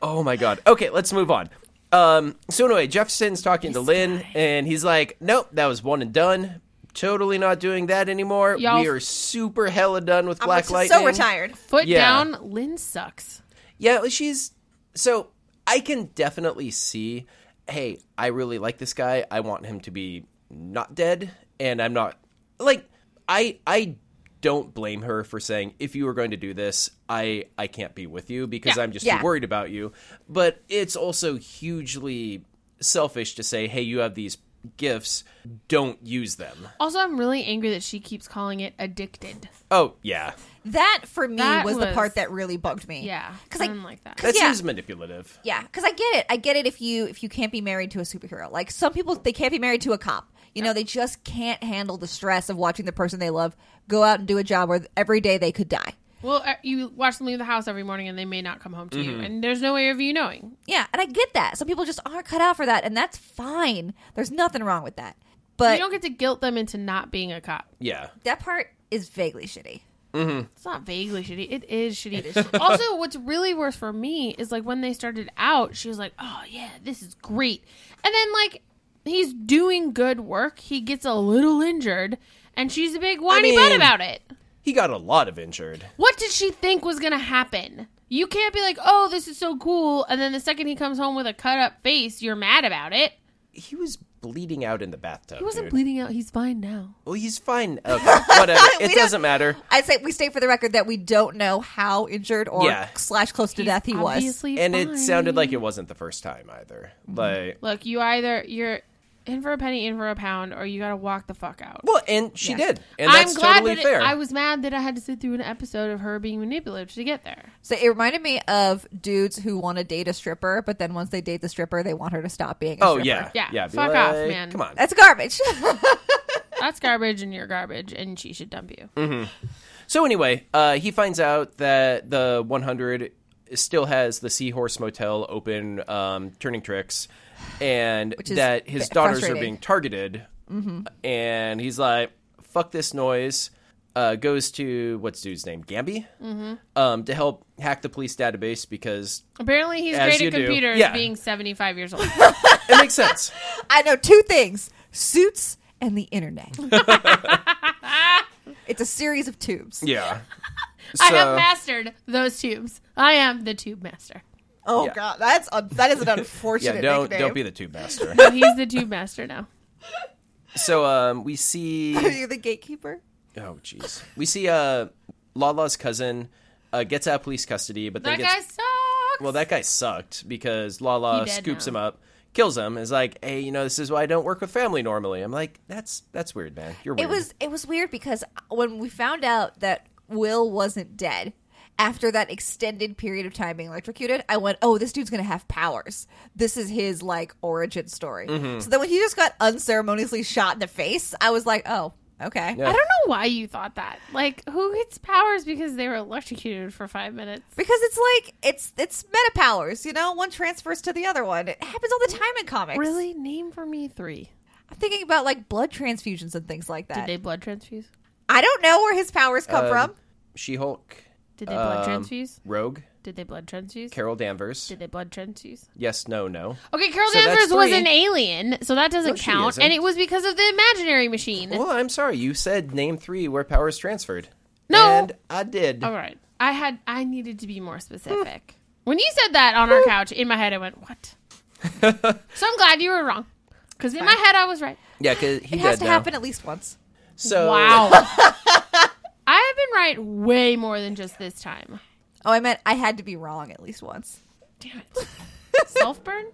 S2: oh my god. Okay, let's move on. Um, so anyway, Jefferson's talking to Lynn, and he's like, "Nope, that was one and done. Totally not doing that anymore.
S4: Y'all-
S2: We are super hella done with
S3: I'm
S2: Black
S3: just
S2: Lightning.
S3: so retired.
S4: Foot
S2: Yeah.
S4: down, Lynn sucks.
S2: Yeah, well, she's so I can definitely see. Hey, I really like this guy. I want him to be not dead, and I'm not like I I don't blame her for saying if you were going to do this, I I can't be with you because
S4: Yeah.
S2: I'm just
S3: Yeah.
S2: too worried about you. But it's also hugely selfish to say, hey, you have these gifts, don't use them.
S4: Also, I'm really angry that she keeps calling it addicted.
S2: Oh yeah,
S3: That for me
S4: That
S3: was, the
S4: was-
S3: part that really bugged me.
S4: Yeah,
S3: because
S4: I
S3: I
S4: didn't like that.
S2: that
S3: Yeah.
S2: seems manipulative.
S3: yeah, because I get it. I get it if you if you can't be married to a superhero. Like some people, they can't be married to a cop. You know, they just can't handle the stress of watching the person they love go out and do a job where every day they could die.
S4: Well, uh, you watch them leave the house every morning, and they may not come home to you,
S2: Mm-hmm.
S4: and there's no way of you knowing.
S3: Yeah, and I get that. Some people just aren't cut out for that, and that's fine. There's nothing wrong with that.
S4: You
S3: But
S4: don't get to guilt them into not being a cop.
S2: Yeah,
S3: that part is vaguely shitty.
S4: It's not vaguely shitty. It is shitty. also, what's really worse for me is like when they started out, she was like, "Oh yeah, this is great," and then like he's doing good work. He gets a little injured, and she's a big whiny
S2: mean-
S4: butt about it.
S2: he got a lot of injured.
S4: What did she think was gonna happen? You can't be like, "Oh, this is so cool," and then the second he comes home with a cut up face, you're mad about it.
S2: He was bleeding out in the bathtub.
S4: He wasn't
S2: dude.
S4: bleeding out. He's fine now.
S2: Well, he's fine. Okay, whatever.
S3: We
S2: it
S3: don't-
S2: doesn't matter.
S3: I'd say we state for the record that we don't know how injured or
S2: Yeah.
S3: slash close to death he was.
S4: Obviously
S2: And
S4: fine.
S2: it sounded like it wasn't the first time either. Like,
S4: Look, you either you're in for a penny, in for a pound, or you gotta walk the fuck out.
S2: well, and she did, and
S4: I'm
S2: that's
S4: glad
S2: totally
S4: that it-
S2: fair.
S4: I was mad that I had to sit through an episode of her being manipulative to get there.
S3: So it reminded me of dudes who want to date a stripper, but then once they date the stripper, they want her to stop being. A
S2: oh
S3: stripper.
S2: yeah,
S4: Yeah,
S2: yeah. be
S4: fuck
S2: like,
S4: off, man.
S2: Come on.
S3: that's garbage.
S4: That's garbage, and you're garbage, and she should dump you.
S2: Mm. So anyway, uh, he finds out that the 100 still has the Seahorse Motel open, um, turning tricks, and
S3: is
S2: that his
S3: fr-
S2: daughters are
S3: frustrating.
S2: being targeted.
S4: Mm-hmm.
S2: And he's like, "Fuck this noise." Uh, goes to what's dude's name, Gambi,
S4: Mm-hmm.
S2: um, to help hack the police database because
S4: Apparently, he's
S2: As
S4: great
S2: you
S4: at
S2: do.
S4: computers,
S2: Yeah.
S4: being 75 years old.
S2: it makes sense.
S3: I know two things: suits and the internet. it's a series of tubes.
S2: Yeah.
S4: I have mastered those tubes. I am the tube master.
S3: Oh
S2: Yeah.
S3: god, that's un- that is an unfortunate.
S2: yeah, don't
S3: nickname.
S2: don't be the tube master.
S4: But he's the tube master now.
S2: so um, we see
S3: Are you the gatekeeper?
S2: oh jeez, we see uh, Lala's cousin uh, gets out of police custody, but then
S4: That
S2: gets
S4: guy sucks.
S2: well that guy sucked because Lala
S4: He dead
S2: scoops
S4: now.
S2: him up. kills him. Is like, hey, you know, this is why I don't work with family normally. I'm like, that's that's weird, man. You're weird.
S3: It was it was weird because when we found out that Will wasn't dead after that extended period of time being electrocuted, I went, "Oh, this dude's gonna have powers. This is his like origin story."
S2: Mm-hmm.
S3: So then when he just got unceremoniously shot in the face, I was like, "Oh, okay."
S2: Yeah.
S4: I don't know why you thought that. Like, who gets powers because they were electrocuted for five minutes?
S3: Because it's like it's it's meta powers, you know. One transfers to the other one. It happens all the time in comics.
S4: Really? Name for me three.
S3: I'm thinking about like blood transfusions and things like that.
S4: Did they blood transfuse?
S3: I don't know where his powers come
S2: Um,
S3: from.
S2: She Hulk,
S4: Did they blood
S2: Um,
S4: transfuse?
S2: Rogue,
S4: Did they blood transfuse?
S2: Carol Danvers.
S4: Did they blood transfuse?
S2: yes, no, no.
S4: Okay, Carol
S2: So that's
S4: Danvers was
S2: three.
S4: an alien, so that doesn't
S2: No, she
S4: count.
S2: isn't.
S4: And it was because of the imaginary machine.
S2: Well, I'm sorry. You said name three where powers transferred.
S4: No. Oh.
S2: and I did.
S4: All right. I had I needed to be more
S2: Hmm.
S4: specific. when you said that on our couch, in my head I went, "What?" so I'm glad you were wrong. Cuz in my head I was right.
S2: Yeah, because he
S3: It has
S2: dead
S3: to
S2: now.
S3: happen at least once.
S2: So
S4: Wow. I have been right way more than just this time.
S3: Oh, I meant I had to be wrong at least once.
S4: Damn it. Self burn?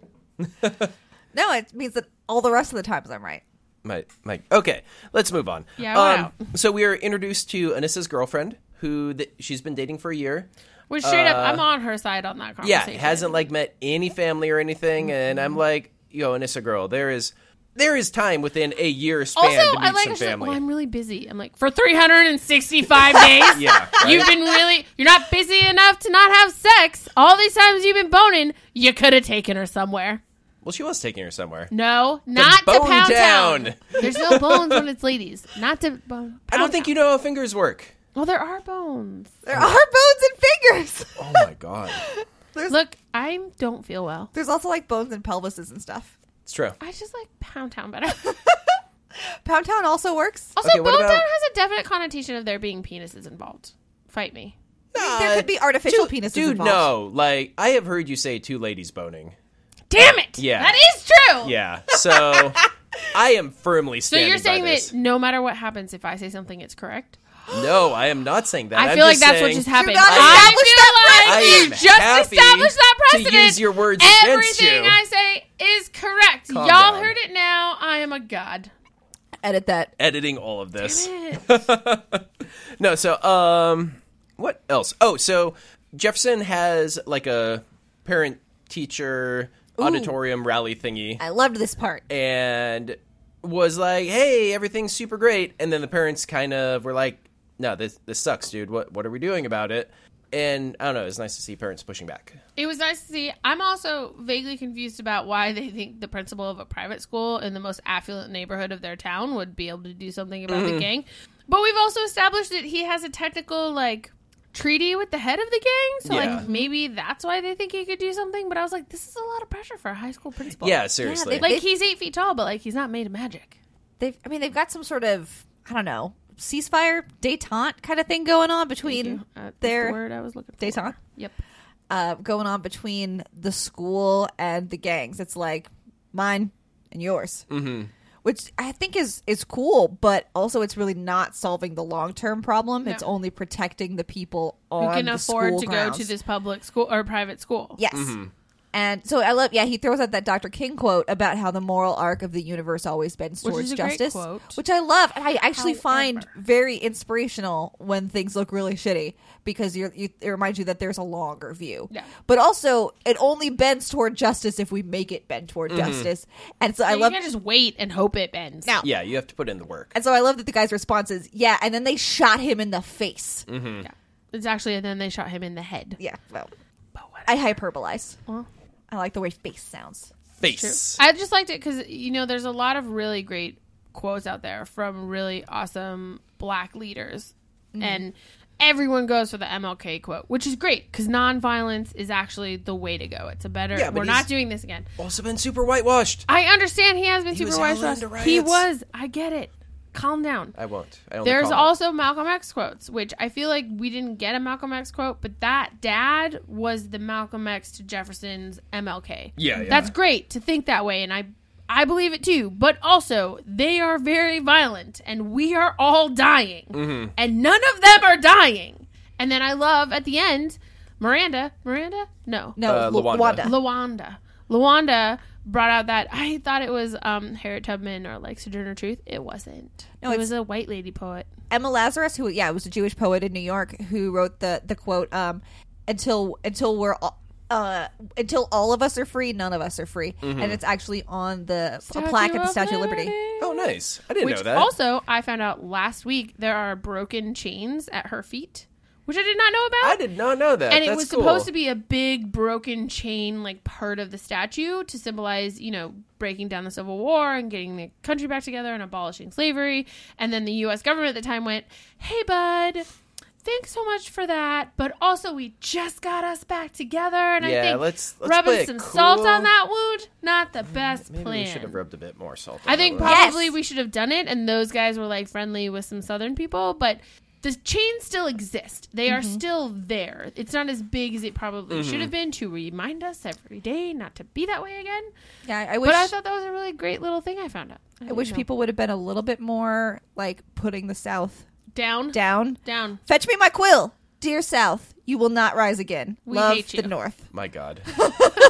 S3: No, it means that all the rest of the times I'm right.
S2: my my okay let's move on Um,
S4: Yeah, we're out.
S2: so we are introduced to anissa's girlfriend who th- she's been dating for a year
S4: Which straight up I'm on her side on that
S2: Uh, yeah
S4: conversation.
S2: hasn't like met any family or anything and
S4: Mm-hmm.
S2: i'm like yo anissa girl there is there is time within a year span
S4: also,
S2: to meet
S4: I like
S2: some
S4: she's like,
S2: family
S4: well, I'm really busy. I'm like, for 365 days,
S2: yeah right?
S4: You've been really, you're not busy enough to not have sex. All these times you've been boning, you could have taken her somewhere.
S2: well she was taking her somewhere
S4: No, not to,
S2: bone
S4: Pound Town.
S2: down.
S4: There's no bones when it's ladies. Not to bone.
S2: i don't think you know how fingers work
S4: Well, there are bones.
S3: There are bones and fingers.
S2: oh my god
S4: Look, I don't feel well.
S3: There's also like bones and pelvises and stuff.
S2: it's true
S4: I just like Pound Town better.
S3: Pound Town also works.
S4: Also,
S2: Okay,
S4: Bone
S2: what about-
S4: Town has a definite connotation of there being penises involved. Fight me.
S3: there could be artificial
S2: dude,
S3: penises
S2: dude
S3: involved.
S2: no like i have heard you say two ladies boning
S4: Damn it!
S2: Yeah.
S4: that is true.
S2: yeah so i am firmly
S4: So
S2: standing
S4: you're
S2: by
S4: saying
S2: this.
S4: that no matter what happens, if I say something, it's correct.
S2: No, I am not saying that.
S4: I
S2: I'm
S4: feel like
S2: just
S4: that's what
S2: saying-
S4: just happened.
S3: not
S4: I
S3: establish
S4: feel
S3: that
S4: like
S2: I
S4: you
S2: am happy
S4: just established that
S2: to
S4: precedent.
S2: use your words against
S4: Everything
S2: you.
S4: I say is correct.
S2: Calm
S4: Y'all
S2: down.
S4: heard it now. I am a god.
S3: Edit that.
S2: Editing all of this.
S4: That's
S2: No, so um, what else? Oh, so Jefferson has like a parent teacher auditorium rally thingy,
S3: I loved this part.
S2: and was like, "Hey, everything's super great," and then the parents kind of were like, "No, this this sucks, dude. What what are we doing about it?" And I don't know. It's nice to see parents pushing back.
S4: It was nice to see. I'm also vaguely confused about why they think the principal of a private school in the most affluent neighborhood of their town would be able to do something about
S2: Mm.
S4: the gang. But we've also established that he has a technical like treaty with the head of the gang, so
S2: Yeah.
S4: like maybe that's why they think he could do something. But I was like, this is a lot of pressure for a high school principal.
S2: Yeah, seriously.
S3: they-
S4: like he's eight feet tall, but like he's not made of magic.
S3: They've, I mean, they've got some sort of, I don't know, ceasefire, detente kind of thing going on between
S4: Uh,
S3: their
S4: that's the word I was looking for.
S3: detente.
S4: Yep.
S3: uh, going on between the school and the gangs. It's like mine and yours, mm-hmm. which I think is is cool, but also it's really not solving the long term problem. It's only protecting the people
S4: Who
S3: on
S4: can
S3: the
S4: afford
S3: school
S4: to
S3: grounds.
S4: go to this public school or private school?
S3: Yes. And so I love, yeah, he throws out that Dr. King quote about how the moral arc of the universe always bends
S4: Which
S3: towards
S4: is a great
S3: justice,
S4: quote.
S3: which I love, and I actually find
S4: However.
S3: very inspirational when things look really shitty because you're, you, it reminds you that there's a longer view.
S4: Yeah.
S3: But also, it only bends toward justice if we make it bend toward justice, and so I
S4: you
S3: love
S4: can't just wait and hope it bends.
S3: now.
S2: Yeah, you have to put in the work.
S3: And so I love that the guy's response is, "Yeah," and then they shot him in the face.
S4: Yeah. It's actually, and then they shot him in the head.
S3: Yeah, well,
S4: But what?
S3: I hyperbolize.
S4: Well.
S3: I like the way face sounds.
S2: Face.
S4: I just liked it because you know there's a lot of really great quotes out there from really awesome black leaders,
S3: Mm-hmm.
S4: and everyone goes for the MLK quote, which is great because nonviolence is actually the way to go. It's a better.
S2: Yeah, but
S4: we're
S2: he's-
S4: not doing this again.
S2: Also been super whitewashed.
S4: I understand he has been
S2: was
S4: super wise. to
S2: hell into
S4: us. He
S2: riots.
S4: was. I get it. Calm down.
S2: I won't. I only
S4: There's
S2: call it.
S4: also Malcolm X quotes, which I feel like we didn't get a Malcolm X quote, but that dad was the Malcolm X to Jefferson's MLK.
S2: Yeah, yeah.
S4: That's great to think that way, and I I believe it too. But also, they are very violent, and we are all dying,
S2: Mm-hmm.
S4: and none of them are dying. And then I love at the end, Miranda, Miranda, no,
S3: No,
S2: Uh,
S3: Lu-
S2: Lawanda.
S3: Wanda.
S4: Lawanda. Lawanda brought out that I thought it was um, Harriet Tubman or like Sojourner Truth. It wasn't.
S3: No,
S4: it
S3: it's-
S4: was a white lady poet.
S3: Emma Lazarus, who yeah, was a Jewish poet in New York, who wrote the the quote, um, "Until until we're all, uh, until all of us are free, none of us are free," and it's actually on the a plaque at the Statue of Liberty.
S2: Oh, nice. I didn't
S4: Which
S2: know that.
S4: also I found out last week there are broken chains at her feet, which I did not know about.
S2: I did not know that.
S4: and it
S2: That's
S4: was
S2: cool.
S4: supposed to be a big broken chain like part of the statue to symbolize you know breaking down the civil war and getting the country back together and abolishing slavery and then the us government at the time went hey bud thanks so much for that but also we just got us back together and
S2: Yeah,
S4: i think
S2: let's- let's play
S4: rubbing
S2: it
S4: some salt
S2: cool.
S4: on that wound not the best
S2: Maybe
S4: plan
S2: we should have rubbed a bit more salt. on
S4: I
S2: that
S4: think
S2: one.
S4: probably
S3: Yes.
S4: we should have done it, and those guys were like friendly with some Southern people, but the chains still exist. They are still there. It's not as big as it probably should have been to remind us every day not to be that way again.
S3: Yeah, I wish
S4: But I thought that was a really great little thing I found out.
S3: I wish
S4: didn't know.
S3: people would have been a little bit more like putting the South
S4: down, down,
S3: down. Fetch me my quill, dear South. You will not rise again.
S4: We
S3: Love
S4: hate
S3: the
S4: you.
S3: North.
S2: My God.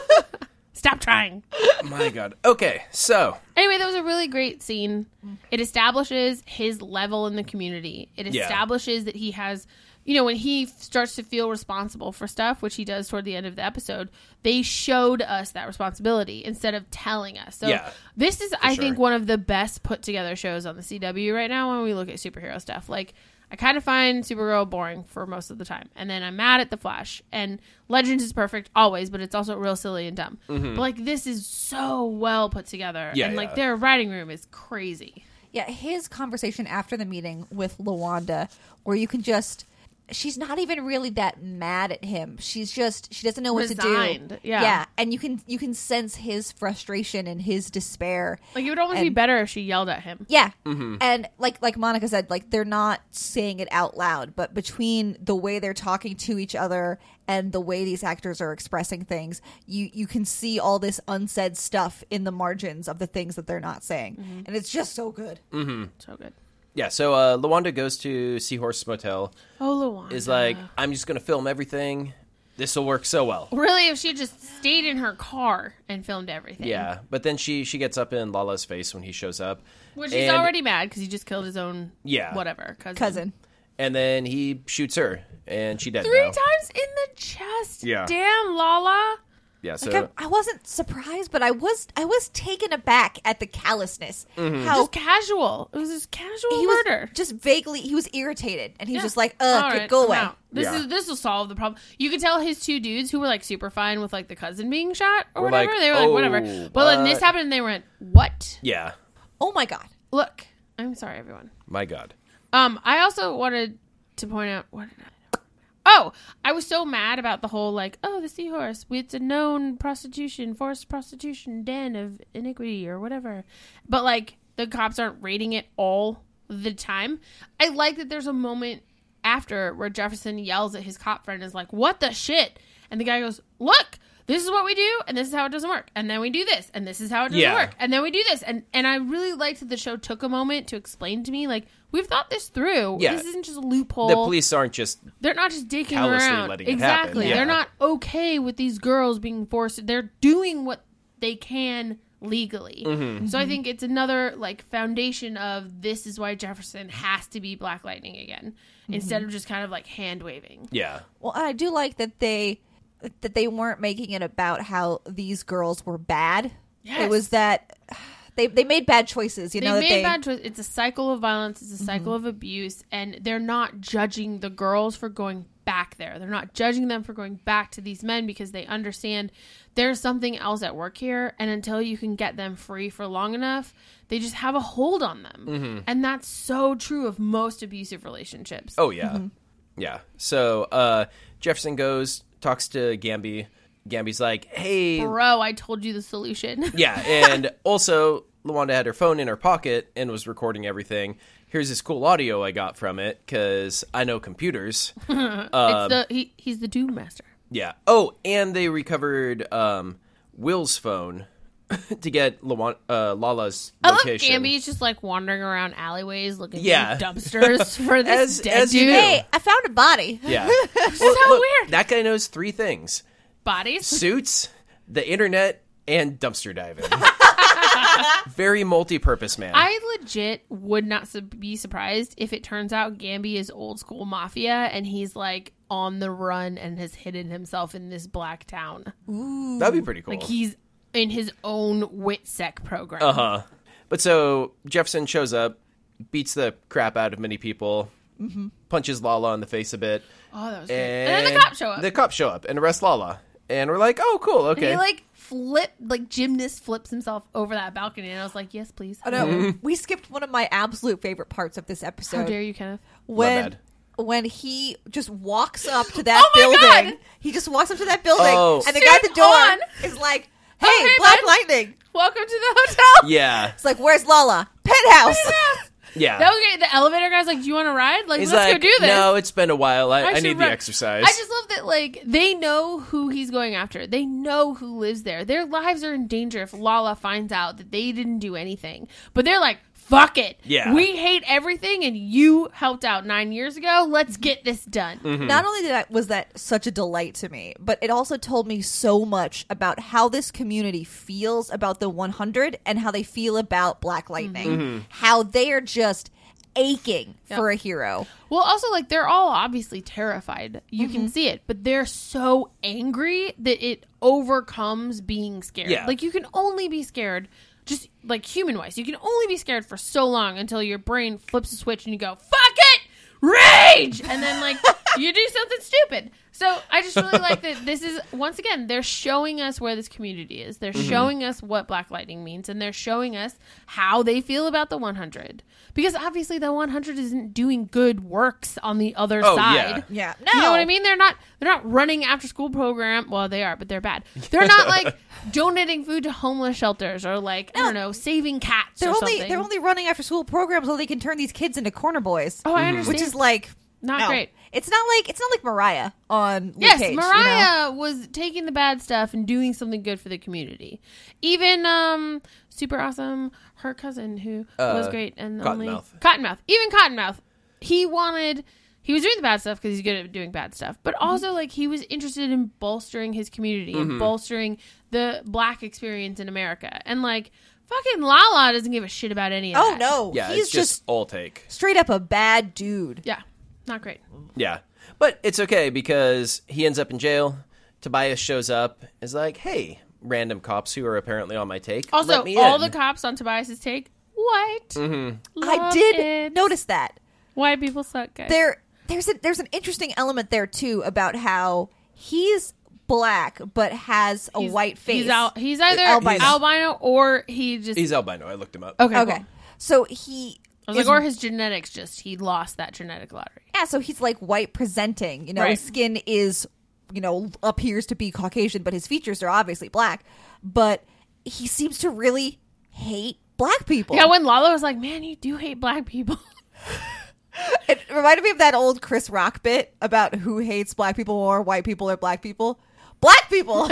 S4: Stop trying.
S2: My God. Okay, so
S4: Anyway, that was a really great scene. It establishes his level in the community. It
S2: Yeah.
S4: establishes that he has, you know, when he f- starts to feel responsible for stuff, which he does toward the end of the episode, they showed us that responsibility instead of telling us. So
S2: Yeah.
S4: this is, I
S2: sure.
S4: think, one of the best put together shows on the CW right now when we look at superhero stuff. Like, I kind of find Supergirl boring for most of the time. And then I'm mad at The Flash. And Legends is perfect always, but it's also real silly and dumb.
S2: Mm-hmm.
S4: But, like, this is so well put together.
S2: Yeah,
S4: and, like,
S2: yeah.
S4: their writing room is crazy.
S3: Yeah, his conversation after the meeting with Lawanda, where you can just. She's not even really that mad at him. She's just she doesn't know what to
S4: Resigned,
S3: do.
S4: yeah.
S3: yeah, and you can you can sense his frustration and his despair.
S4: Like, it would almost be
S3: And-
S4: better if she yelled at him.
S3: Yeah, and like like Monica said, like they're not saying it out loud, but between the way they're talking to each other and the way these actors are expressing things, you you can see all this unsaid stuff in the margins of the things that they're not saying,
S4: Mm-hmm.
S3: and it's just so good.
S4: So good.
S2: yeah, so uh, Lawanda goes to Seahorse Motel.
S4: Oh, Luana.
S2: Is like, I'm just gonna film everything. This will work so well.
S4: Really, if she just stayed in her car and filmed everything.
S2: Yeah, but then she she gets up in Lala's face when he shows up,
S4: Which he's
S2: And-
S4: already mad because he just killed his own,
S2: Yeah.
S4: whatever, cousin.
S3: Cousin,
S2: and then he shoots her, and she dead
S4: Three
S2: now.
S4: times in the chest.
S2: Yeah.
S4: Damn, Lala.
S2: Yeah, so
S3: Like, I, I wasn't surprised, but I was I was taken aback at the callousness. How
S4: Just casual. It was just casual
S3: Oh. he
S4: murder.
S3: was just vaguely he was irritated, and he was
S4: Yeah.
S3: just like,
S4: All
S3: "Ugh,
S4: right,
S3: go
S4: I'm
S3: away."
S4: out. This
S2: Yeah.
S4: is this will solve the problem. You could tell his two dudes who were like super fine with like the cousin being shot or
S2: Were like,
S4: whatever. they were like,
S2: "Oh,
S4: whatever. But then this
S2: what?"
S4: happened, and they went, "What?
S2: yeah,
S3: Oh my god!
S4: Look, I'm sorry, everyone."
S2: my God.
S4: Um, I also wanted to point out what did I Oh, I was so mad about the whole like, oh, the seahorse. It's a known prostitution, forced prostitution, den of iniquity or whatever. But like, the cops aren't raiding it all the time. I like that there's a moment after where Jefferson yells at his cop friend and is like, "What the shit?" And the guy goes, "Look, this is what we do, and this is how it doesn't work. And then we do this, and this is how it doesn't
S2: Yeah.
S4: work. And then we do this." And and I really liked that the show took a moment to explain to me like, "We've thought this through.
S2: Yeah.
S4: This isn't just a loophole."
S2: The police aren't just
S4: They're not just dicking
S2: Callously
S4: around.
S2: letting it
S4: exactly.
S2: happen. Yeah.
S4: They're not okay with these girls being forced. They're doing what they can legally.
S2: Mm-hmm.
S4: So I think it's another like foundation of this is why Jefferson has to be Black Lightning again
S2: Mm-hmm.
S4: instead of just kind of like hand waving.
S2: yeah.
S3: Well, I do like that they that they weren't making it about how these girls were bad. It
S4: Yes.
S3: was that they they made bad choices. You
S4: They
S3: know that
S4: made
S3: they
S4: bad choices. It's a cycle of violence. It's a cycle of abuse, and they're not judging the girls for going back there. They're not judging them for going back to these men because they understand there's something else at work here. And until you can get them free for long enough, they just have a hold on them,
S2: Mm-hmm.
S4: and that's so true of most abusive relationships.
S2: Oh yeah, yeah. So uh, Jefferson goes talks to Gamby. Gamby's like, "Hey,
S4: Bro, I told you the solution.
S2: yeah." And also, Luanda had her phone in her pocket and was recording everything. Here's this cool audio I got from it because I know computers. Um,
S4: it's the he, he's the doom master.
S2: yeah. Oh, and they recovered um, Will's phone to get Luan- uh, Lala's
S4: I love
S2: location.
S4: Gamby's just like wandering around alleyways looking
S2: Yeah.
S4: through dumpsters for this
S2: As-
S4: dead
S2: as you
S4: dude.
S2: do.
S3: hey, I found a body.
S2: Yeah. so
S4: weird.
S2: That guy knows three things:
S4: Bodies.
S2: suits, the internet, and dumpster diving. Very multi-purpose man.
S4: I legit would not su- be surprised if it turns out Gambi is old school mafia and he's like on the run and has hidden himself in this black town.
S2: That'd be pretty cool.
S4: Like he's in his own WITSEC program.
S2: Uh, but so Jefferson shows up, beats the crap out of many people, punches Lala in the face a bit,
S4: Mm-hmm. Oh, that was great.
S2: and,
S4: And, then the cops show up.
S2: The cops show up and arrest Lala, and we're like, "Oh, cool,
S4: And
S2: okay."
S4: he like flip like gymnast flips himself over that balcony and I was like, Yes, please.
S3: Oh, no, we skipped one of my absolute favorite parts of this episode.
S4: How dare you, Kenneth?
S2: My
S3: when
S2: bad.
S3: when he just walks up to that
S4: my
S3: building.
S4: God!
S3: He just walks up to that building,
S2: Oh.
S3: and the guy at the
S4: Suit
S3: door
S4: on.
S3: is like, "Hey,
S4: hey,
S3: Black
S4: bud."
S3: Lightning."
S4: Welcome to the hotel.
S2: yeah,
S3: It's like, "Where's Lala? Penthouse."
S2: yeah.
S4: That was great. The elevator guy's like, Do you want to ride? Like,
S2: He's
S4: let's
S2: like,
S4: go do this.
S2: "No, it's been a while. I, I,
S4: should
S2: need
S4: run."
S2: the exercise."
S4: I just love that, like, they know who he's going after. They know who lives there. Their lives are in danger if Lala finds out that they didn't do anything. But they're like, fuck it.
S2: Yeah.
S4: We hate everything, and you helped out nine years ago. Let's get this done.
S2: Mm-hmm.
S3: Not only did that was that such a delight to me, but it also told me so much about how this community feels about the 100 and how they feel about Black Lightning.
S2: Mm-hmm.
S3: How they are just aching for a hero.
S4: Well, also, like, they're all obviously terrified. You
S2: Mm-hmm.
S4: can see it, but they're so angry that it overcomes being scared.
S2: Yeah.
S4: Like, you can only be scared. Just like human wise, you can only be scared for so long until your brain flips a switch and you go, fuck it, rage! And then, like, you do something stupid. So I just really like that this is, once again, they're showing us where this community is. They're showing us what Black Lightning means and they're showing us how they feel about the 100. Because obviously, the 100 isn't doing good works on the other
S2: Oh, yeah.
S4: side.
S3: Yeah.
S4: You know
S3: No.
S4: what I mean? They're not they're not running after school program. Well, they are, but they're bad. They're not like donating food to homeless shelters or like I don't know, saving cats
S3: They're
S4: or
S3: only
S4: something.
S3: they're only running after school programs so they can turn these kids into corner boys.
S4: Oh, I
S2: Mm-hmm.
S4: understand.
S3: which is like
S4: Not great.
S3: It's not like it's not like Mariah on Luke
S4: Yes,
S3: Cage, you know?
S4: Mariah was taking the bad stuff and doing something good for the community. Even um, super awesome, her cousin who was great and only
S2: Uh, Cottonmouth.
S4: Cottonmouth. Even Cottonmouth, he wanted. He was doing the bad stuff because he's good at doing bad stuff, but
S2: Mm-hmm.
S4: also like he was interested in bolstering his community and bolstering the black experience in America. And like fucking Lala doesn't give a shit about any of
S3: Oh
S4: that.
S3: no,
S2: yeah,
S3: he's
S2: it's just,
S3: just
S2: all take.
S3: straight up a bad dude.
S4: Yeah, not great.
S2: Yeah. But it's okay because he ends up in jail. Tobias shows up, is like, hey, random cops who are apparently on my take.
S4: Also,
S2: let me
S4: all
S2: in." Mm-hmm.
S4: the cops on Tobias's take. What?
S3: I did
S4: notice.
S3: notice that.
S4: White people suck, guys.
S3: There there's a there's an interesting element there too about how he's black but has a
S4: He's-
S3: white face.
S4: He's, al- he's either
S3: Albino.
S4: albino. or he just.
S2: He's albino. I looked him up.
S4: okay.
S3: Okay.
S4: cool.
S3: So he
S4: I was
S3: is-
S4: like, or his genetics just. He lost that genetic lottery.
S3: yeah, so he's like white presenting. You know,
S4: Right.
S3: his skin is, you know, appears to be Caucasian, but his features are obviously black. But he seems to really hate black people.
S4: Yeah, when Lala was like, man, you do hate black people.
S3: it reminded me of that old Chris Rock bit about who hates black people more, white people or black people. Black people.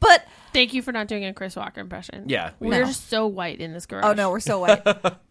S3: but
S4: Thank you for not doing a Chris Walker impression.
S2: Yeah, we-
S4: We're
S3: No.
S4: just so white in this garage.
S3: oh no, we're so white.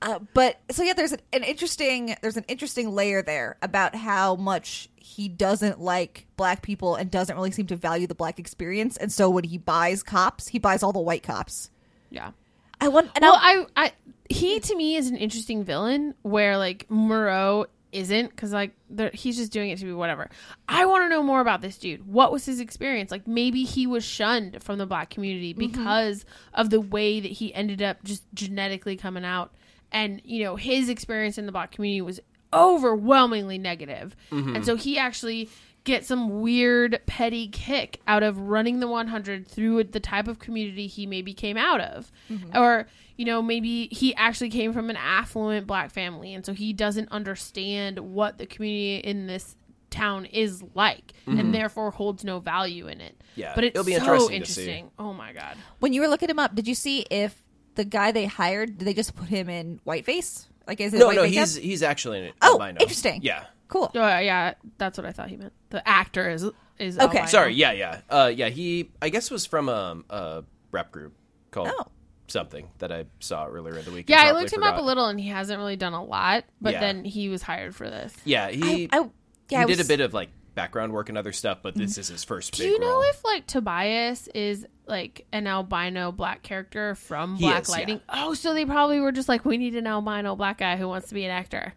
S3: uh, but so yeah, there's an, an interesting there's an interesting layer there about how much he doesn't like black people and doesn't really seem to value the black experience. And so when he buys cops, he buys all the white cops.
S4: Yeah.
S3: I want. And
S4: Well,
S3: I,
S4: I, I, he to me is an interesting villain where like Moreau isn't because like they're- he's just doing it to be whatever. I want to know more about this dude. What was his experience? Like maybe he was shunned from the black community because of the way that he ended up just genetically coming out, and you know his experience in the black community was overwhelmingly negative.
S2: Mm-hmm.
S4: and so he actually get some weird petty kick out of running the 100 through the type of community he maybe came out of
S2: Mm-hmm.
S4: or you know maybe he actually came from an affluent black family and so he doesn't understand what the community in this town is like and therefore holds no value in it
S2: Mm-hmm. Yeah,
S4: but it's
S2: it'll be
S4: so
S2: interesting
S4: interesting,
S2: to see.
S4: oh my god
S3: when you were looking him up, did you see if the guy they hired did they just put him in whiteface? Like is it
S2: No,
S3: white
S2: no,
S3: makeup?
S2: he's he's actually an
S3: Oh,
S2: albino.
S3: interesting.
S2: Yeah.
S3: cool.
S4: oh yeah that's what i thought he meant the actor is is
S3: Okay.
S4: albino.
S2: Sorry. Yeah, yeah. Uh, yeah, he, I guess, was from um, a rap group called
S3: Oh.
S2: something that I saw earlier in the week. and
S4: yeah i
S2: promptly
S4: looked him up
S2: forgot.
S4: a little and he hasn't really done a lot but
S2: Yeah.
S4: then he was hired for this
S2: Yeah, he,
S3: I, I
S2: he
S3: yeah, I
S2: did
S3: was-
S2: a bit of like background work and other stuff, but this is his first
S4: Mm. Do
S2: big
S4: you know
S2: role.
S4: if like Tobias is like an albino black character from
S2: He
S4: Black
S2: is, yeah.
S4: Lightning? Oh, so they probably were just like, we need an albino black guy who wants to be an actor.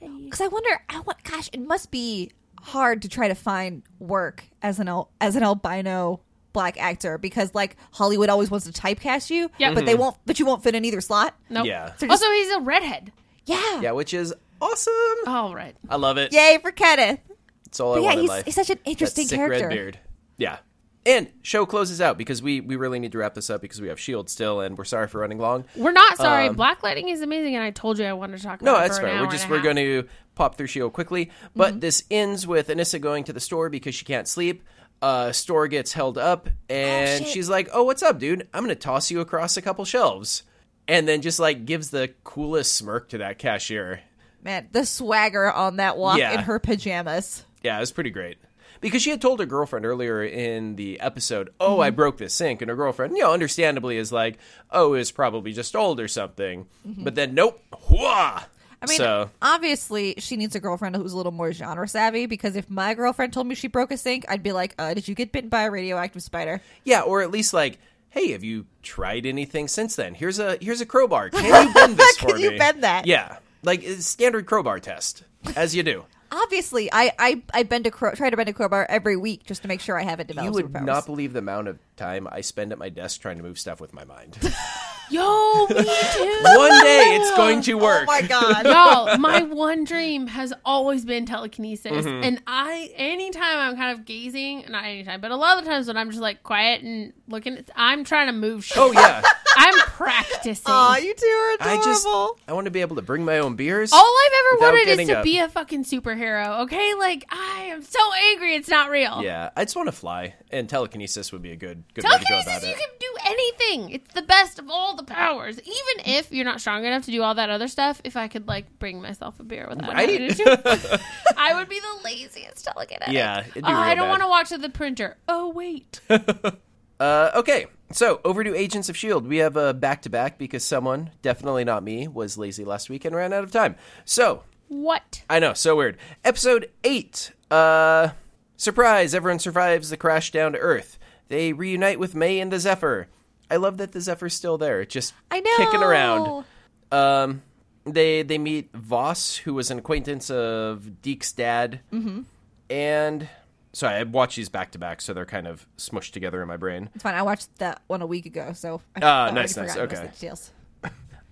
S3: Because I wonder, I want, gosh, it must be hard to try to find work as an al- as an albino black actor because like Hollywood always wants to typecast you,
S4: Yeah.
S3: but they
S2: Mm-hmm.
S3: won't, but you won't fit in either slot.
S4: No.
S2: Yeah.
S3: So just-
S4: Also, he's a redhead.
S3: Yeah.
S2: yeah, which is awesome.
S4: All right.
S2: I love it.
S3: Yay for Kenneth.
S2: It's all I
S3: But yeah,
S2: want in
S3: he's,
S2: life.
S3: he's such an
S2: That
S3: interesting
S2: sick
S3: character.
S2: red beard. Yeah. And show closes out because we we really need to wrap this up because we have Shield E still and we're sorry for running long.
S4: We're not sorry. black Lightning is amazing, and I told you I wanted to talk about
S2: Um, No,
S4: it.
S2: that's
S4: for an
S2: fair.
S4: hour
S2: We're just
S4: and a
S2: we're
S4: half. Mm-hmm.
S2: going to pop through Shield E quickly, but this ends with Anissa going to the store because she can't sleep. Uh, store gets held up, and she's like, "Oh, what's up, dude? I'm gonna toss you across a couple shelves," and then just like gives the coolest smirk to that cashier.
S3: Man, the swagger on that walk
S2: Yeah.
S3: in her pajamas.
S2: Yeah, it was pretty great. Because she had told her girlfriend earlier in the episode, Oh,
S3: Mm-hmm.
S2: I broke the sink. And her girlfriend, you know, understandably is like, Oh, it's probably just old or something. But then, nope. Whoa.
S3: Mm-hmm. I mean, uh,
S2: so,
S3: obviously, she needs a girlfriend who's a little more genre savvy because if my girlfriend told me she broke a sink, I'd be like, uh, did you get bitten by a radioactive spider?
S2: yeah, or at least like, Hey, have you tried anything since then? Here's a here's a crowbar. Can you bend this for
S3: Can you
S2: me?
S3: bend that?
S2: Yeah, like it's standard crowbar test, as you do.
S3: Obviously, I I, I bend a crow, try to bend a crowbar every week just to make sure I haven't
S2: you
S3: developed
S2: would
S3: superpowers.
S2: not believe the amount of time I spend at my desk trying to move stuff with my mind.
S4: Yo, me too.
S2: One day it's going to work.
S3: Oh my god!
S4: Y'all, my one dream has always been telekinesis.
S2: Mm-hmm.
S4: And I, anytime I'm kind of gazing, not anytime, but a lot of the times when I'm just like quiet and looking, at, I'm trying to move shit.
S2: oh yeah.
S4: I'm practicing.
S3: Aw, you two are
S2: I
S3: adorable.
S2: just I want to be able to bring my own beers.
S4: All I've ever
S2: Without
S4: wanted
S2: getting
S4: is to
S2: up.
S4: be a fucking superhero, okay? Like, I am so angry it's not real.
S2: yeah, I just want to fly, and telekinesis would be a good good way to go
S4: Telekinesis,
S2: about
S4: you
S2: it.
S4: can do anything. It's the best of all the powers. Even if you're not strong enough to do all that other stuff, if I could, like, bring myself a beer without
S2: Right?
S4: having to do I would be the laziest telekinetic.
S2: Yeah, it'd be
S4: Oh, I
S2: real
S4: don't
S2: bad.
S4: want to watch the printer. Oh, wait.
S2: Uh, okay, so over to Agents of Shield. E We have a back to back because someone, definitely not me, was lazy last week and ran out of time. So
S4: what?
S2: I know, so weird. Episode eight. Uh, surprise! Everyone survives the crash down to Earth. They reunite with May and the Zephyr. I love that the Zephyr's still there, just
S3: I know.
S2: kicking around. Um, they they meet Voss, who was an acquaintance of Deke's dad, mm-hmm. and sorry, I watched these back to back, so they're kind of smushed together in my brain.
S3: It's fine. I watched that one a week ago, so I,
S2: Ah,
S3: I
S2: nice, nice,
S3: already forgotten most of
S2: okay.
S3: the details.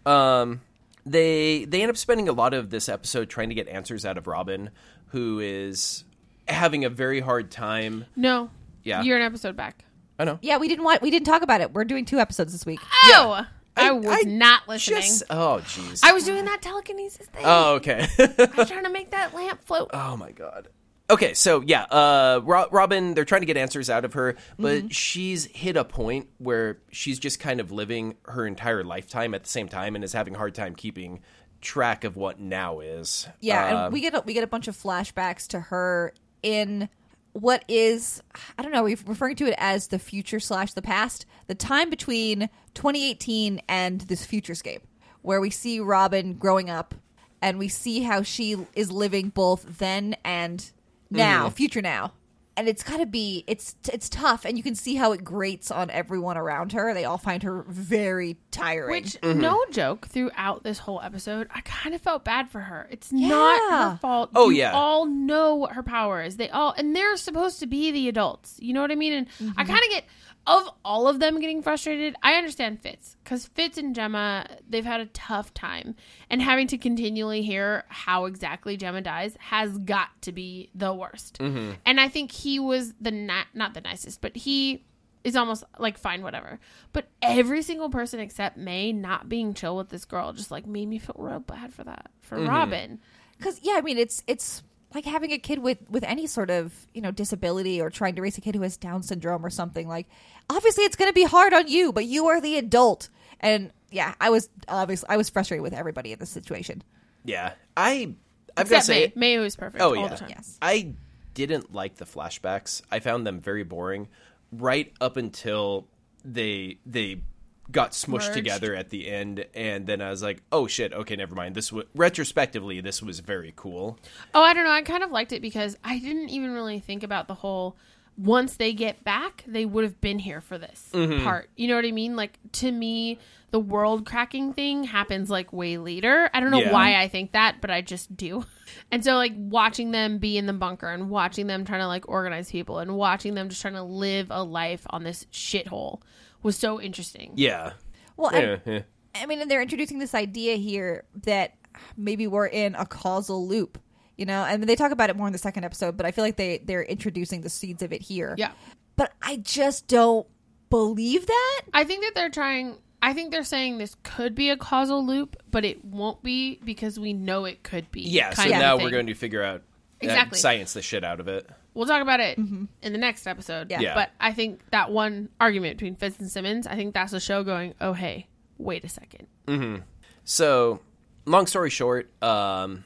S2: Um, they they end up spending a lot of this episode trying to get answers out of Robin, who is having a very hard time.
S4: No.
S2: Yeah.
S4: You're an episode back.
S2: I know.
S3: Yeah, we didn't want we didn't talk about it. We're doing two episodes this week.
S4: Oh! I, was not listening.
S2: Just, oh, jeez.
S4: I was doing that telekinesis thing.
S2: Oh, okay.
S4: I'm trying to make that lamp float.
S2: Oh my god. Okay, so yeah, uh, Ro- Robin, they're trying to get answers out of her, but she's hit a point where she's just kind of living her entire lifetime at the same time and is having a hard time keeping track of what now is.
S3: Yeah,
S2: Uh,
S3: and we get a, we get a bunch of flashbacks to her in what is I don't know. We're referring to it as the future slash the past, the time between 2018 and this futurescape, where we see Robin growing up, and we see how she is living both then and now, future now. And it's got to be it's it's tough, and you can see how it grates on everyone around her. They all find her very tiring.
S4: Which,
S2: Mm-hmm.
S4: no joke, throughout this whole episode, I kind of felt bad for her. It's not
S3: Yeah.
S4: her fault.
S2: Oh,
S4: You
S2: yeah.
S4: all know what her power is. They all, and they're supposed to be the adults. You know what I mean? And I kind of get, of all of them getting frustrated, I understand Fitz. Because Fitz and Gemma, they've had a tough time. And having to continually hear how exactly Gemma dies has got to be the worst.
S2: Mm-hmm.
S4: And I think he was the, ni- not the nicest, but he is almost like fine whatever but every single person except may not being chill with this girl just like made me feel real bad for that for
S2: Mm-hmm.
S4: robin
S3: because yeah i mean it's it's like having a kid with with any sort of you know disability or trying to raise a kid who has down syndrome or something like obviously it's going to be hard on you but you are the adult and yeah i was obviously i was frustrated with everybody in this situation
S2: yeah, I I've got to
S4: except
S2: say,
S4: may may was perfect
S2: oh
S4: all
S2: yeah,
S4: the time
S3: Yes.
S2: I didn't like the flashbacks. I found them very boring, right up until they they got smushed
S4: Merged.
S2: together at the end, and then I was like, "Oh shit! Okay, never mind." This was retrospectively, this was very cool.
S4: Oh, I don't know. I kind of liked it because I didn't even really think about the whole once they get back, they would have been here for this
S2: Mm-hmm.
S4: part. You know what I mean? Like to me, the world cracking thing happens like way later. I don't know
S2: Yeah.
S4: why I think that, but I just do. And so like watching them be in the bunker and watching them trying to like organize people and watching them just trying to live a life on this shithole was so interesting.
S2: Yeah,
S3: Well, and-
S2: yeah, yeah.
S3: I mean, and they're introducing this idea here that maybe we're in a causal loop, you know. And they talk about it more in the second episode, but I feel like they they're introducing the seeds of it here.
S4: Yeah.
S3: But I just don't believe that.
S4: I think that they're trying. I think they're saying this could be a causal loop, but it won't be because we know it could be.
S2: Yeah, So
S4: kind of
S2: now
S4: thing.
S2: we're going to figure out uh,
S4: Exactly.
S2: science the shit out of it.
S4: We'll talk about it in the next episode.
S3: Mm-hmm. Yeah.
S2: Yeah.
S4: But I think that one argument between Fitz and Simmons, I think that's the show going. Oh hey, wait a second.
S2: So, long story short, um,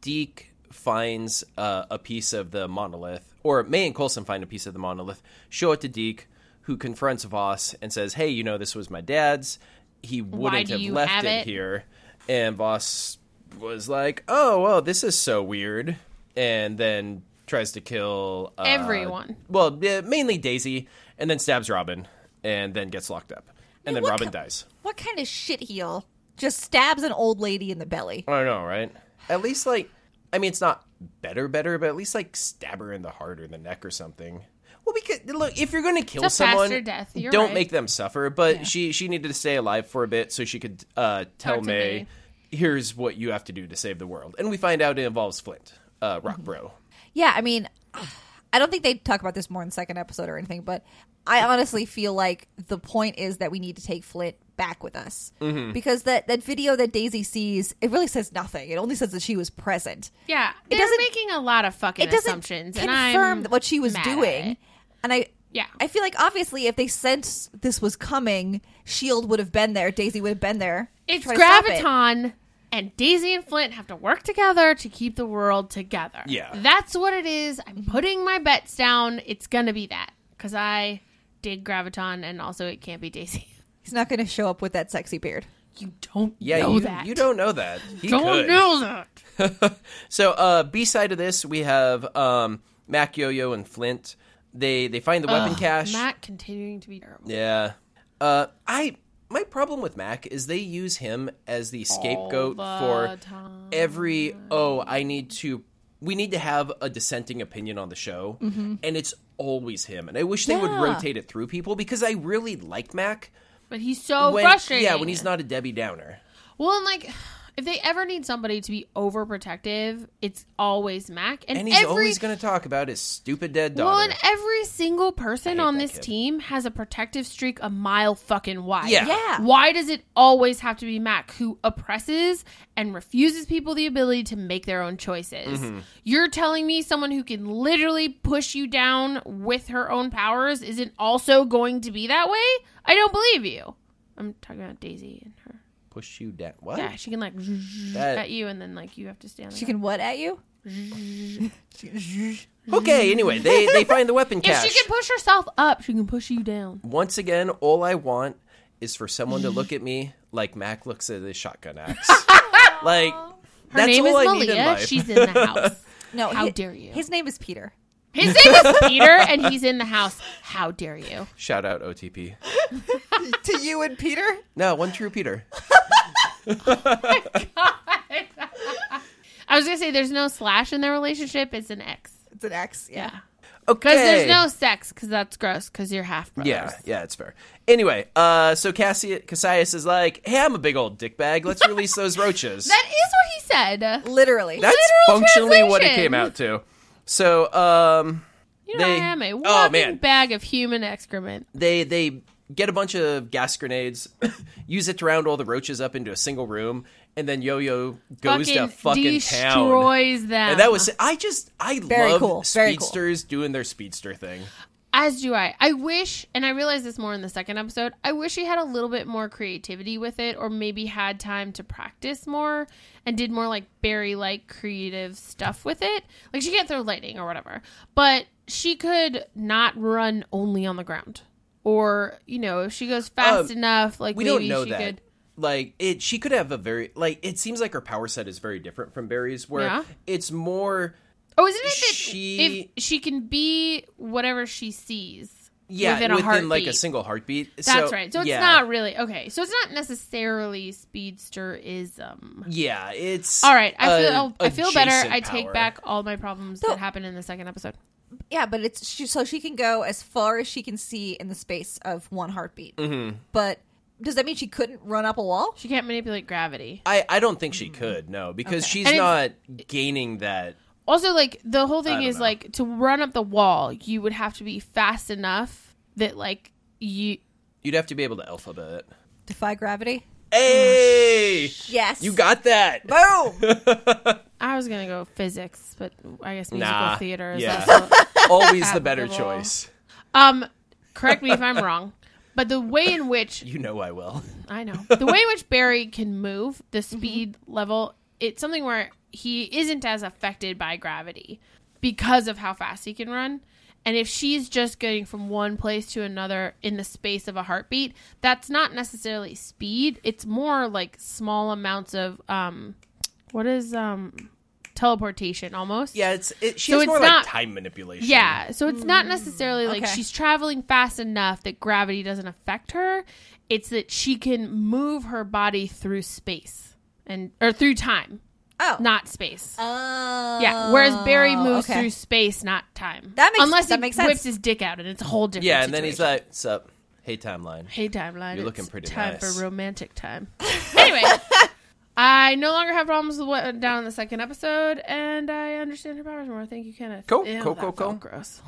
S2: Deke finds uh, a piece of the monolith, or May and Colson find a piece of the monolith, show it to Deke, who confronts Voss and says, Hey, you know, this was my dad's. He wouldn't
S4: do
S2: have
S4: you
S2: left
S4: have
S2: it,
S4: it?"
S2: here. And Voss was like, Oh, well, this is so weird. And then tries to kill uh,
S4: Everyone.
S2: Well, yeah, mainly Daisy, and then stabs Robin, and then gets locked up. And then
S3: what
S2: Robin
S3: ki-
S2: dies.
S3: What kind of shit heel just stabs an old lady in the belly?
S2: I know, right? At least like, I mean, it's not better, better, but at least like stab her in the heart or the neck or something. Well, because look, if you're going to kill
S4: It's a faster
S2: someone,
S4: death, you're
S2: don't
S4: right.
S2: make them suffer. But she she needed to stay alive for a bit so she could uh, tell
S4: Talk to
S2: May, here's what you have to do to save the world. And we find out it involves Flint, uh, Rock
S4: Mm-hmm.
S2: Bro.
S3: Yeah, I mean, I don't think they talk about this more in the second episode or anything, but I honestly feel like the point is that we need to take Flint back with us because that that video that Daisy sees it really says nothing. It only says that she was present.
S4: Yeah,
S3: It
S4: they're
S3: doesn't-
S4: making a lot of fucking
S3: It doesn't
S4: assumptions, and
S3: confirm
S4: I'm
S3: that what she was
S4: mad at
S3: doing,
S4: it.
S3: and I.
S4: Yeah.
S3: I feel like obviously if they sensed this was coming, Shield E would have been there. Daisy would have been there. to
S4: It's
S3: try to stop it.
S4: graviton, and Daisy and Flint have to work together to keep the world together.
S2: Yeah.
S4: that's what it is. I'm putting my bets down. It's gonna be that because I dig graviton, and also it can't be Daisy.
S3: He's not going to show up with that sexy beard.
S4: You don't
S2: Yeah,
S4: know
S2: you,
S4: that.
S2: you don't know that. He
S4: don't
S2: could.
S4: know that.
S2: So, uh, B side of this, we have um, Mac, Yo Yo, and Flint. They they find the weapon cache.
S4: Matt continuing to be terrible.
S2: Yeah. Uh, I my problem with Mac is they use him as the scapegoat for
S4: time.
S2: every oh I need to we need to have a dissenting opinion on the show
S4: Mm-hmm.
S2: and it's always him and I wish they would
S3: Yeah.
S2: rotate it through people because I really like Mac
S4: But he's so
S2: when
S4: frustrating.
S2: yeah when he's not a Debbie Downer
S4: well, and like if they ever need somebody to be overprotective, it's always Mac, and,
S2: and he's
S4: every
S2: always going to talk about his stupid dead
S4: well,
S2: daughter
S4: and every single person on
S2: that
S4: this
S2: kid.
S4: team has a protective streak a mile fucking wide.
S2: Yeah.
S3: Yeah.
S4: Why does it always have to be Mac who oppresses and refuses people the ability to make their own choices?
S2: Mm-hmm.
S4: You're telling me someone who can literally push you down with her own powers isn't also going to be that way? I don't believe you. I'm talking about Daisy and her.
S2: push you down what
S4: Yeah, she can like
S2: That-
S4: at you, and then like you have to stand.
S3: She can what at you?
S2: okay anyway they they find the weapon
S4: If
S2: cache
S4: she can push herself up, she can push you down.
S2: once again, all I want is for someone to look at me like Mac looks at his shotgun axe. like
S4: Her
S2: that's
S4: name
S2: all
S4: is
S2: I need in
S4: Malia.
S2: life.
S4: She's in the house.
S3: No,
S4: How
S3: hi-
S4: dare you.
S3: His name is Peter.
S4: His name is Peter, and he's in the house. How dare you?
S2: Shout out OTP.
S3: to you and Peter.
S2: No, one true Peter.
S4: I was gonna say there's no slash in their relationship. It's an X
S3: It's an X. Yeah.
S2: Okay.
S4: because there's no sex because that's gross because you're half brothers.
S2: Yeah, yeah, it's fair. Anyway, uh, so Cassi- Cassius is like, "Hey, I'm a big old dickbag. Let's release those roaches."
S4: that is what he said.
S3: Literally.
S2: That's
S4: literal
S2: functionally what it
S4: translation.
S2: came out to. So, um,
S4: You know,
S2: They-
S4: I am a
S2: Oh,
S4: walking
S2: man.
S4: bag of human excrement.
S2: they they get a bunch of gas grenades, use it to round all the roaches up into a single room, and then Yo Yo goes to fucking town.
S4: destroys them.
S2: And that was I just I
S3: Very
S2: love
S3: cool, very cool.
S2: speedsters doing their speedster thing.
S4: As do I. I wish, and I realized this more in the second episode, I wish he had a little bit more creativity with it or maybe had time to practice more and did more like Barry like creative stuff with it. Like she can't throw lightning or whatever, but she could not run only on the ground. or you know if she goes fast
S2: Um,
S4: enough, like
S2: we
S4: maybe
S2: don't know
S4: she
S2: that.
S4: could.
S2: Like it, she could have a very like. It seems like her power set is very different from Barry's, where
S4: Yeah.
S2: it's more.
S4: Oh, isn't it that
S2: She-
S4: if she can be whatever she sees?
S2: Yeah,
S4: Within
S2: within,
S4: a
S2: like a
S4: heartbeat.
S2: single heartbeat.
S4: That's right. So it's
S2: yeah.
S4: not really okay. So it's not necessarily speedsterism.
S2: Yeah, it's
S4: All right, I
S2: a-
S4: feel I feel better.
S2: adjacent
S4: I take
S2: power.
S4: back all my problems
S3: So-
S4: that happened in the second episode.
S3: Yeah, but it's she, so she can go as far as she can see in the space of one heartbeat. But does that mean she couldn't run up a wall?
S4: She can't manipulate gravity.
S2: I I don't think she could no because she's
S4: And
S2: not gaining that.
S4: Also, like the whole thing
S2: don't
S4: is
S2: know.
S4: like to run up the wall, you would have to be fast enough that like you.
S2: You'd have to be able to alphabet.
S3: Defy gravity?
S2: Hey,
S3: Yes.
S2: you got that.
S3: boom.
S4: I was gonna go physics, but I guess musical
S2: Nah,
S4: theater is
S2: yeah.
S4: also.
S2: Always the better
S4: Applicable.
S2: choice.
S4: um, correct me if I'm wrong, but the way in which
S2: You know I will.
S4: I know the way in which Barry can move the speed level, it's something where he isn't as affected by gravity because of how fast he can run. And if she's just getting from one place to another in the space of a heartbeat, that's not necessarily speed. It's more like small amounts of um, what is um, teleportation almost.
S2: Yeah, it's it, she
S4: So
S2: has
S4: it's
S2: more like
S4: not-
S2: time manipulation.
S4: Yeah, so it's not necessarily like
S3: Hmm, okay.
S4: she's traveling fast enough that gravity doesn't affect her. It's that she can move her body through space and or through time,
S3: Oh.
S4: not space.
S3: Oh.
S4: yeah, whereas Barry moves
S3: okay.
S4: through space, not time.
S3: That makes-
S4: unless
S3: that
S4: he
S3: makes sense.
S4: whips his dick out, and it's a whole different.
S2: Yeah, and then he's
S4: situation.
S2: like, "Sup, hey timeline."
S4: "Hey, timeline,
S2: You're looking
S4: it's
S2: pretty
S4: time
S2: nice."
S4: for romantic time." anyway. I no longer have problems with what went down in the second episode, and I understand her powers more. Thank you, Kenneth.
S2: Cool,
S4: Ew,
S2: cool,
S4: that
S2: cool,
S4: felt
S2: cool.
S4: Gross.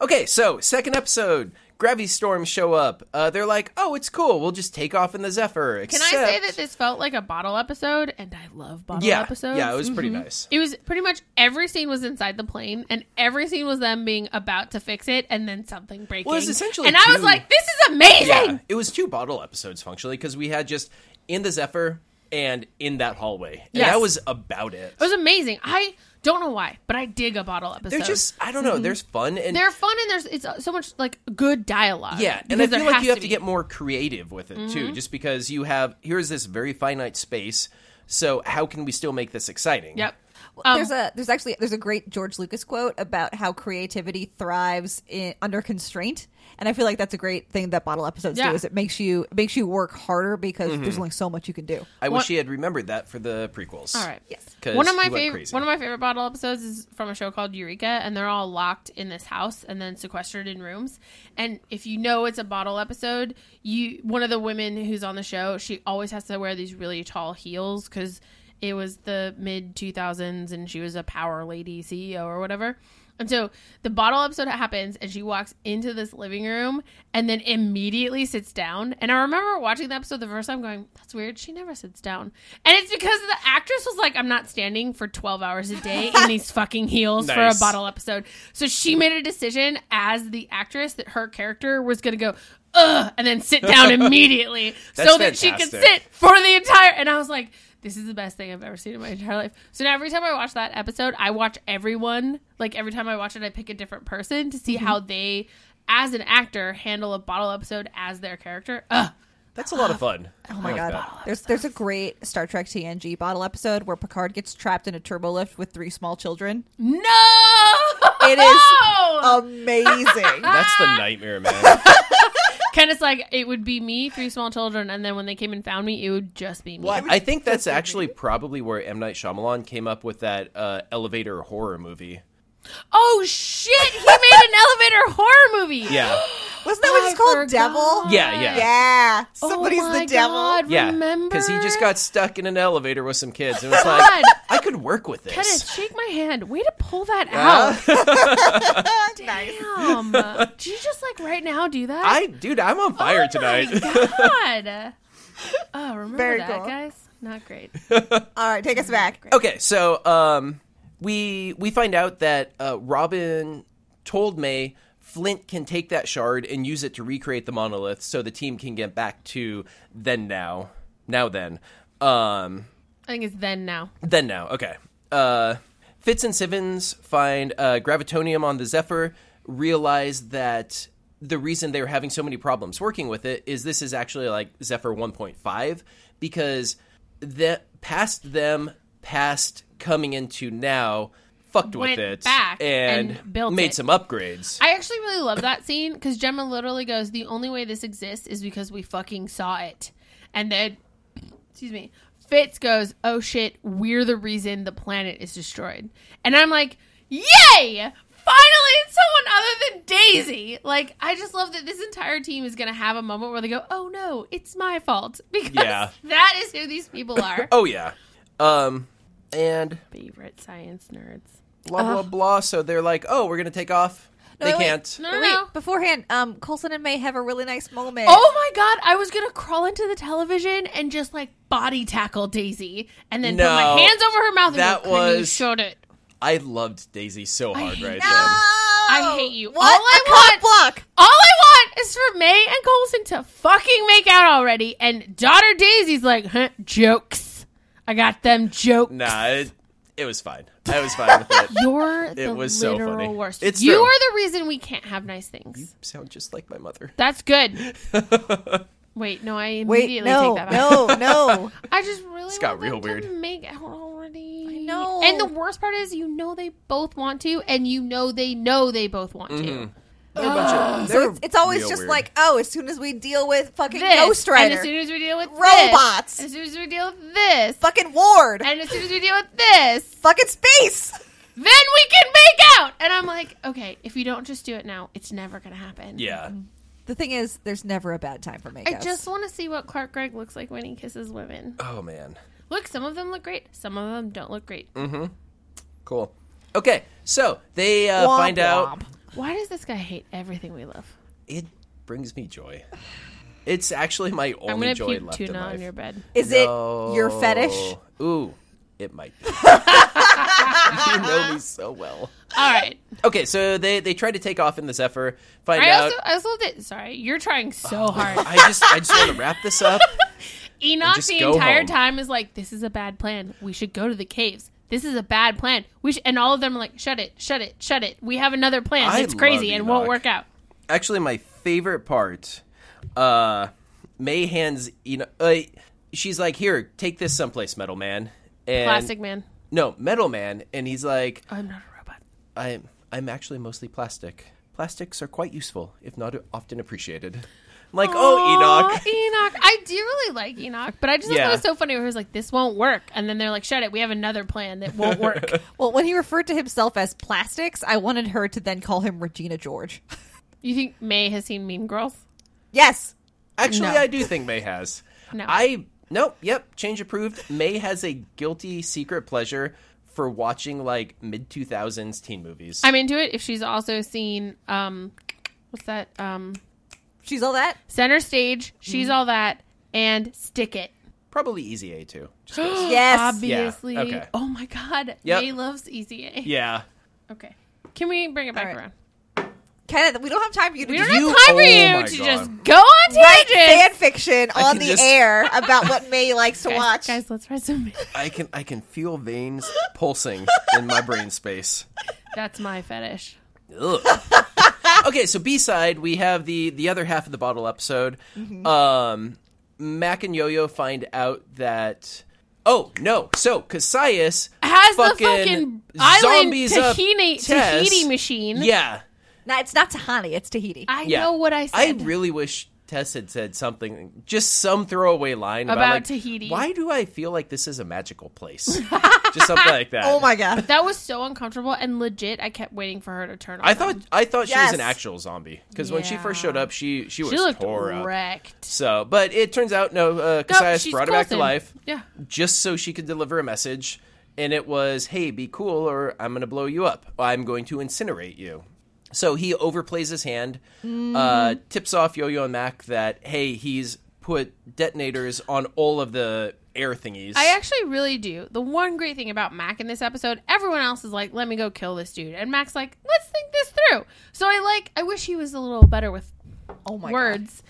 S2: Okay, so second episode, gravity storms show up. Uh, they're like, "Oh, it's cool. We'll just take off in the Zephyr."
S4: Can
S2: Except...
S4: I say that this felt like a bottle episode? And I love bottle
S2: Yeah,
S4: episodes. Mm-hmm.
S2: yeah, it was pretty nice.
S4: It was pretty much every scene was inside the plane, and every scene was them being about to fix it, and then something breaking.
S2: Well, it's essentially
S4: and I was
S2: two-
S4: like, "This is amazing."
S2: Yeah, it was two bottle episodes functionally because we had just in the Zephyr and in that hallway. And
S4: Yes.
S2: that was about it.
S4: It was amazing. I don't know why, but I dig a bottle episode.
S2: They're just I don't know. There's fun and
S4: they're fun, and there's it's so much like good dialogue.
S2: yeah, and I feel
S4: because there
S2: like
S4: has
S2: you have to,
S4: be. Mm-hmm.
S2: get more creative with it too, just because you have here's this very finite space. So how can we still make this exciting?
S4: Yep. Um,
S3: there's a there's actually there's a great George Lucas quote about how creativity thrives in, under constraint, and I feel like that's a great thing that bottle episodes
S4: Yeah.
S3: do is it makes you it makes you work harder because
S2: Mm-hmm.
S3: there's only so much you can do.
S2: I
S4: One-
S2: wish he had remembered that for the prequels.
S4: All right.
S3: Yes.
S2: 'Cause
S4: One of my
S2: he went
S4: favorite
S2: crazy.
S4: one of my favorite bottle episodes is from a show called Eureka, and they're all locked in this house and then sequestered in rooms. And if you know it's a bottle episode, you one of the women who's on the show, she always has to wear these really tall heels because it was the mid two thousands and she was a power lady CEO or whatever. And so the bottle episode happens, and she walks into this living room and then immediately sits down. And I remember watching the episode the first time going, That's weird. She never sits down. And it's because the actress was like, I'm not standing for 12 hours a day in these fucking heels for a
S2: Nice.
S4: bottle episode. So she made a decision as the actress that her character was going to go, Ugh, and then sit down immediately
S2: That's
S4: so that she could
S2: fantastic.
S4: sit for the entire and I was like, this is the best thing I've ever seen in my entire life. So now every time I watch that episode, I watch everyone. Like every time I watch it, I pick a different person to see
S2: Mm-hmm.
S4: how they, as an actor, handle a bottle episode as their character. Ugh.
S2: That's a lot of fun. Oh
S3: Oh my god. There's there's a great Star Trek TNG bottle episode where Picard gets trapped in a turbo lift with three small children.
S4: No,
S3: It is amazing.
S2: That's
S4: Ah!
S2: the nightmare, man.
S4: Kenneth's like it would be me, three small children, and then when they came and found me, it would just be me.
S2: Well, I think that's actually probably where M Night Shyamalan came up with that uh, elevator horror movie.
S4: Oh shit! He made an elevator horror movie.
S2: Yeah,
S3: Wasn't that what
S4: I
S3: it's called?
S4: forgot.
S3: Devil?
S2: yeah, yeah,
S3: Yeah.
S4: Oh
S3: Somebody's
S4: my
S3: the devil.
S4: God,
S2: yeah.
S4: remember?
S2: Because he just got stuck in an elevator with some kids and was
S4: God.
S2: like, "I could work with
S4: Kenneth,
S2: this."
S4: shake my hand. Way to pull that out.
S3: nice.
S4: Damn. Do you just like right now do that?
S2: I, dude, I'm on fire tonight.
S4: God. Oh, remember
S3: Very
S4: that,
S3: cool.
S4: guys? Not great.
S3: All right, take us back.
S2: Okay, so um, we we find out that uh, Robin told May Flint can take that shard and use it to recreate the monolith, so the team can get back to then now, now then, um,
S4: I think it's then now.
S2: then now. Okay, uh, Fitz and Sivins find uh, gravitonium on the Zephyr, realize that the reason they were having so many problems working with it is this is actually like Zephyr 1.5 because the past them past coming into now fucked
S4: Went
S2: with it
S4: back
S2: and,
S4: and built
S2: made
S4: it.
S2: some upgrades.
S4: I actually really love that scene because Gemma literally goes, "The only way this exists is because we fucking saw it," and then, excuse me, Fitz goes, "Oh shit, we're the reason the planet is destroyed," and I'm like, "Yay!" Finally, it's someone other than Daisy. Like, I just love that this entire team is going to have a moment where they go, "Oh no, it's my fault," because
S2: Yeah.
S4: that is who these people are.
S2: oh yeah. Um and
S4: Favorite science nerds.
S2: blah blah blah so they're like, "Oh, we're going to take off." they
S3: wait.
S2: can't.
S4: Uh-huh. No,
S3: But
S4: no, no.
S3: wait, beforehand, um, Colson and May have a really nice moment.
S4: Oh my god, I was gonna crawl into the television and just like body tackle Daisy and then put
S2: No.
S4: my hands over her mouth and
S2: That
S4: go, "Can you
S2: was-
S4: shut it.
S2: I loved Daisy so hard right
S3: No!
S2: then.
S4: I hate you.
S3: Oh, What?
S4: All I
S3: A cock
S4: want-
S3: block.
S4: All I want is for May and Colson to fucking make out already and daughter Daisy's like, huh, jokes. I got them jokes.
S2: Nah, it, it was fine. I was fine with it.
S4: You're the
S2: was so
S4: literal
S2: funny.
S4: worst.
S2: It's
S4: you
S2: true.
S4: are the reason we can't have nice things.
S2: Sound just like my mother.
S4: That's good. Wait, no, I immediately
S3: Wait, no,
S4: take that back.
S3: no, no.
S4: I just really it's
S2: got real weird.
S4: Make out already. I
S3: know.
S4: And the worst part is, you know, they both want to, and you know they know they both want to.
S2: Mm-hmm. They're a bunch of-
S3: So
S2: they're
S3: it's, it's always
S2: real
S3: just
S2: weird.
S3: like, oh, as soon as we deal with fucking
S4: This,
S3: Ghost
S4: and as
S3: Rider,
S4: soon as we deal with
S3: Robots.
S4: this, and as soon as we deal with this,
S3: fucking Ward,
S4: and as soon as we deal with this,
S3: fucking space.
S4: then we can make out. And I'm like, okay, if you don't just do it now, it's never gonna happen.
S2: yeah.
S4: Mm-hmm.
S3: The thing is, there's never a bad time for
S4: I
S3: makeup.
S4: just want to see what Clark Gregg looks like when he kisses women.
S2: Oh man.
S4: Look, some of them look great, some of them don't look great.
S2: Mm. Cool. Okay, so they uh, find out.
S4: Why does this guy hate everything we love?
S2: It brings me joy. It's actually my
S4: I'm
S2: only
S4: gonna
S2: joy
S4: puke
S2: left
S4: tuna
S2: in life.
S4: on your bed.
S3: Is it your
S2: No.
S3: fetish?
S2: Ooh, it might. be. you know me so well.
S4: All right.
S2: Okay, so they they try to take off in the Zephyr. Find
S4: I
S2: out. Oh,
S4: also, I also did. Sorry, you're trying so hard.
S2: I just I just want to wrap this up.
S4: Enoch
S2: just
S4: the
S2: go
S4: entire
S2: home.
S4: time is like, "This is a bad plan. We should go to the caves. This is a bad plan." We should, and all of them are like, "Shut it, shut it, shut it. We have another plan.
S2: I
S4: it's crazy
S2: love
S4: and won't
S2: Enoch.
S4: work out."
S2: Actually, my favorite part. Uh, May hands you know. Uh, she's like, "Here, take this someplace, Metal Man." And
S4: Plastic man,
S2: No, Metal Man, and he's like,
S4: I'm not a robot.
S2: I'm I'm actually mostly plastic. Plastics are quite useful, if not often appreciated. I'm like, oh,
S4: Aw,
S2: Enoch.
S4: Enoch. I do really like Enoch, but I just
S2: Yeah.
S4: thought it was so funny. Where he was like, "This won't work," and then they're like, "Shut it. We have another plan that won't work."
S3: Well, when he referred to himself as plastics, I wanted her to then call him Regina George.
S4: you think May has seen Mean Girls?
S3: Yes.
S2: Actually,
S4: No.
S2: I do think May has.
S4: No.
S2: I nope. Yep. Change approved. May has a guilty secret pleasure for watching like mid two thousands teen movies.
S4: I'm into it. If she's also seen, um, what's that? Um,
S3: She's all that?
S4: center stage.
S2: Mm-hmm.
S4: She's all that, and stick it.
S2: Probably Easy A too. Just-
S3: Yes.
S4: Obviously.
S2: Yeah, okay.
S4: Oh my god.
S2: Yep.
S4: May loves Easy A.
S2: yeah.
S4: Okay. Can we bring it back
S3: All right.
S4: around?
S3: Kenneth, we don't have time for you to
S4: We
S3: do
S4: don't
S2: You-
S4: have time for
S2: oh
S4: you
S2: my
S4: to
S2: God.
S4: just go on
S3: write fan
S4: tangents.
S3: fiction
S2: I
S3: on
S2: can
S3: the
S2: just-
S3: air about what May likes to
S4: Guys,
S3: watch.
S4: Guys, let's write some.
S2: I can I can feel veins pulsing in my brain space.
S4: That's my fetish.
S2: Ugh. okay, so B side, we have the the other half of the bottle episode.
S4: Mm-hmm.
S2: Um, Mac and Yo Yo find out that oh no, so Cassius
S4: Has the fucking island
S2: zombies up
S4: tahini,
S2: Tess.
S4: Tahiti machine.
S2: Yeah,
S3: No, it's not Tahani, it's Tahiti.
S4: I
S2: yeah.
S4: know what I
S2: I
S4: said.
S2: really wish Tess had said something, just some throwaway line about,
S4: About
S2: like,
S4: Tahiti.
S2: Why do I feel like this is a magical place? just something like that.
S3: oh my god.
S4: that was so uncomfortable and legit. I kept waiting for her to turn. on
S2: I
S4: them.
S2: thought I thought she was an
S3: Yes.
S2: actual zombie because when she first showed
S4: Yeah.
S2: up, she she was
S4: she looked
S2: tore up.
S4: wrecked.
S2: So, but it turns out no, uh,
S4: No,
S2: Cassius
S4: she's
S2: brought her back to
S4: Coulson.
S2: life
S4: Yeah.
S2: just so she could deliver a message, and it was, "Hey, be cool, or I'm going to blow you up. I'm going to incinerate you." So he overplays his hand, uh,
S4: Mm-hmm.
S2: tips off Yo-Yo and Mac that hey, he's put detonators on all of the air thingies.
S4: I actually really do. The one great thing about Mac in this episode, everyone else is like, let me go kill this dude. And Mac's like, let's think this through. So I like, I wish he was a little better with
S3: Oh my god.
S4: words.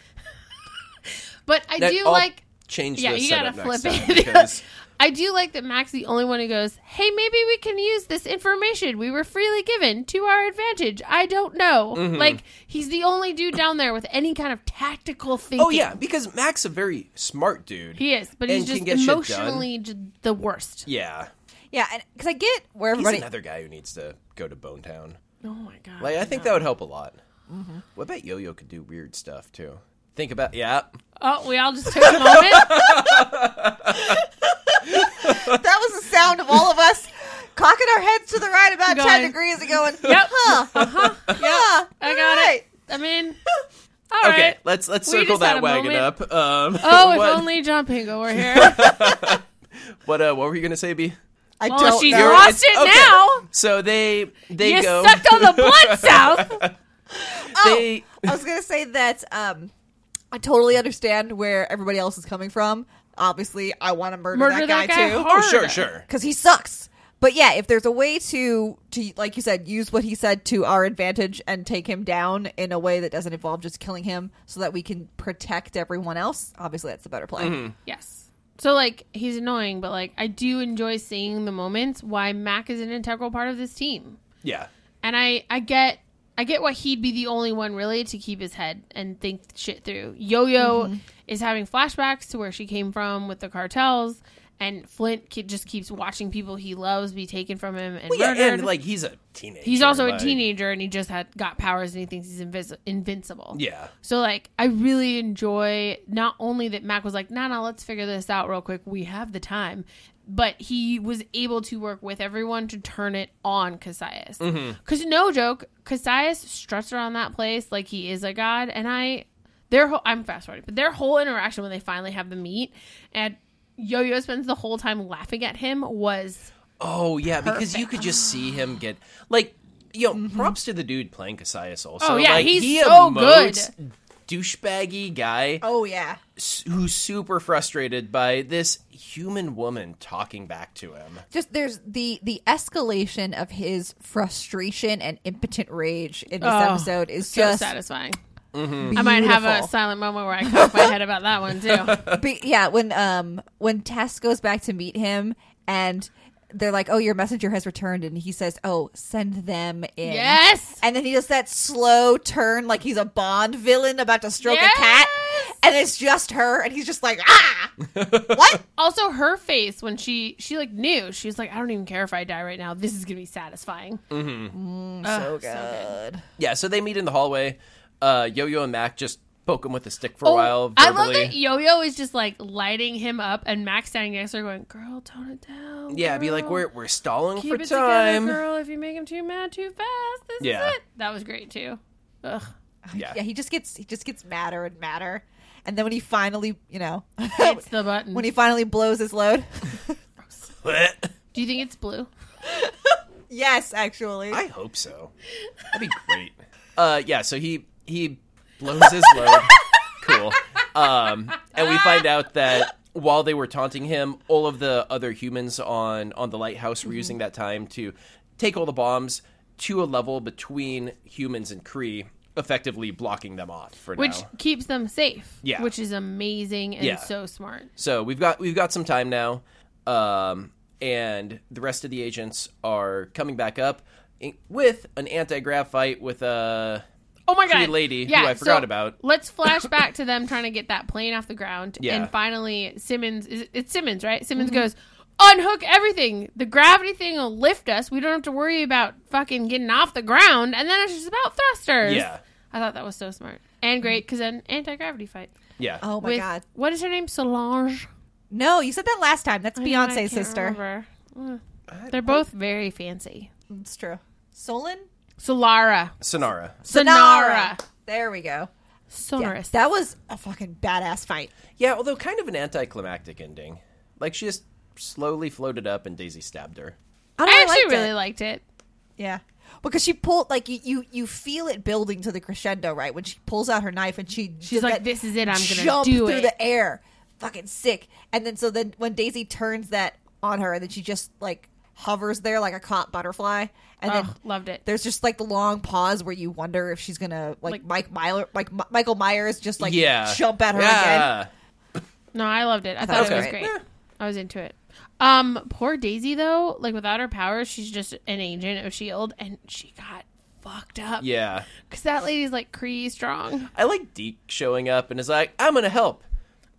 S4: but I
S2: That
S4: do
S2: all
S4: like,
S2: changed.
S4: yeah,
S2: the
S4: you gotta
S2: setup next
S4: flip
S2: time
S4: it.
S2: because
S4: I do like that Mac's the only one who goes, hey, maybe we can use this information we were freely given to our advantage. I don't know.
S2: Mm-hmm.
S4: Like, he's the only dude down there with any kind of tactical thinking.
S2: Oh yeah, because Mac's a very smart dude.
S4: He is, but he's
S2: And can
S4: just
S2: get shit done.
S4: emotionally j- the worst.
S2: yeah,
S3: Yeah, because I get where
S2: he's
S3: everybody.
S2: another guy who needs to go to Bone Town.
S4: Oh my god.
S2: Like I think that would help a lot.
S4: Mm-hmm.
S2: Well, I bet Yo-Yo could do weird stuff too. Think about yeah.
S4: oh, we all just took a moment.
S3: that was the sound of all of us cocking our heads to the right about ten
S4: Going.
S3: degrees and going,
S4: Yep.
S3: huh,
S4: Uh-huh.
S3: huh,
S4: I got
S3: alright."
S4: it. I'm in. All
S2: okay,
S4: right.
S2: let's let's
S4: We
S2: circle
S4: just had
S2: that
S4: a
S2: wagon
S4: moment.
S2: up. Um,
S4: Oh, if
S2: what,
S4: only John Pingo were here.
S2: What uh, what were you gonna say, B?
S3: I
S4: Well,
S3: don't
S4: she's
S3: know.
S4: lost it
S2: It's- okay.
S4: now.
S2: So they they
S4: You
S2: go
S4: sucked on the blood, South.
S2: they
S3: I was gonna say that um, I totally understand where everybody else is coming from. Obviously, I want to murder,
S4: Murder
S3: that guy,
S4: that guy
S3: too
S4: hard.
S2: oh, sure sure
S3: because he sucks. But yeah, if there's a way to to like you said, use what he said to our advantage and take him down in a way that doesn't involve just killing him, so that we can protect everyone else. Obviously, that's the better play.
S4: Yes. So like he's annoying, but like I do enjoy seeing the moments why Mac is an integral part of this team.
S2: yeah.
S4: And I I get I get why he'd be the only one really to keep his head and think shit through. Yo-Yo
S2: Mm-hmm.
S4: is having flashbacks to where she came from with the cartels and Flint ki- just keeps watching people he loves be taken from him and
S2: Well, yeah,
S4: murdered.
S2: and like he's a teenager.
S4: he's also a
S2: like-
S4: teenager and he just had got powers and he thinks he's invis- invincible.
S2: Yeah.
S4: So like I really enjoy not only that Mac was like, nah, nah, let's figure this out real quick. We have the time. But he was able to work with everyone to turn it on Cassius.
S2: Mm-hmm.
S4: Cause no joke, Cassius struts around that place like he is a god, and I their whole I'm fast forwarding, but their whole interaction when they finally have the meet and Yo Yo spends the whole time laughing at him was
S2: Oh yeah, because you could just see him get like yo. Props to the dude playing Cassius. Also,
S4: Mm-hmm. Oh, yeah,
S2: like,
S4: he's
S2: he
S4: so
S2: emotes Douchebaggy guy
S3: Oh yeah,
S2: s- who's super frustrated by this human woman talking back to him.
S3: just there's the the escalation of his frustration and impotent rage in this
S4: Oh,
S3: episode is
S4: so
S3: just
S4: satisfying. I might have a
S3: beautiful.
S4: silent moment where I cock my head about that one too.
S3: But yeah, when um when Tess goes back to meet him and they're like, "Oh, your messenger has returned," and he says, "Oh, send them in."
S4: Yes.
S3: And then he does that slow turn, like he's a Bond villain about to stroke
S4: Yes!
S3: a cat, and it's just her, and he's just like, "Ah, what?"
S4: Also, her face when she she like knew she was like, I don't even care if I die right now. This is gonna be satisfying.
S2: Mm,
S4: Ugh,
S3: so good.
S2: Yeah, so they meet in the hallway. Uh, Yo Yo and Mac just poke him with a stick for a
S4: Oh,
S2: while.
S4: I love
S2: verbally.
S4: that Yo Yo is just like lighting him up, and Max standing next to her going, "Girl, tone it down."
S2: Yeah, be like
S4: girl.
S2: we're we're stalling
S4: keep
S2: for
S4: it
S2: time.
S4: together, girl. If you make him too mad too fast, this
S2: Yeah.
S4: is it. That was great too. Ugh.
S2: Yeah.
S3: Yeah, he just gets he just gets madder and madder, and then when he finally, you know,
S4: Hits the button.
S3: when he finally blows his load,
S4: Do you think it's blue?
S3: yes, actually,
S2: I hope so. That'd be great. Uh, yeah, so he he blows his load. cool. Um, and we find out that while they were taunting him, all of the other humans on on the lighthouse were using that time to take all the bombs to a level between humans and Kree, effectively blocking them off for
S4: Which
S2: now.
S4: keeps them safe.
S2: Yeah.
S4: Which is amazing and
S2: Yeah.
S4: so smart.
S2: So we've got we've got some time now, um, and the rest of the agents are coming back up in- with an anti-grav fight with uh, a.
S4: Oh my
S2: Tree
S4: god,
S2: lady who I forgot about.
S4: Let's flash back to them trying to get that plane off the ground,
S2: Yeah.
S4: and finally Simmons. Is it- it's Simmons, right? Simmons
S3: Mm-hmm.
S4: goes, unhook everything. The gravity thing will lift us. We don't have to worry about fucking getting off the ground. And then it's just about thrusters.
S2: Yeah.
S4: I thought that was so smart and great because an anti gravity fight.
S2: Yeah.
S3: oh my
S4: with,
S3: god,
S4: what is her name? Solange.
S3: no, you said that last time. That's
S4: I know, I can't
S3: Beyonce's sister.
S4: remember. Mm. They're both very fancy.
S3: It's true. Solon,
S4: Solara,
S2: Sonara.
S4: Sonara,
S3: There we go. Yeah,
S4: Sonorous.
S3: that was a fucking badass fight.
S2: Yeah, although kind of an anticlimactic ending. Like she just slowly floated up and Daisy stabbed her.
S3: I, don't
S4: I actually
S3: liked
S4: really
S3: it.
S4: liked it.
S3: yeah. Because she pulled like you, you you feel it building to the crescendo, right? When she pulls out her knife and she
S4: She's like, "This is it. I'm gonna do
S3: through
S4: it."
S3: the air, fucking sick." And then so then when Daisy turns that on her, and then she just like hovers there like a caught butterfly, and
S4: Oh,
S3: then
S4: loved it.
S3: there's just like the long pause where you wonder if she's gonna like, Mike Myler, like M- Michael Myers, just like
S2: yeah.
S3: jump at her again.
S2: yeah.
S4: No, I loved it. I thought
S3: it
S4: it
S3: was
S4: was
S3: great.
S4: great. I was into it. Um, poor Daisy though, like without her powers, she's just an agent of Shield, E and she got fucked up.
S2: Yeah.
S4: because that lady's like Cree strong.
S2: I like Deke showing up and is like, I'm gonna help.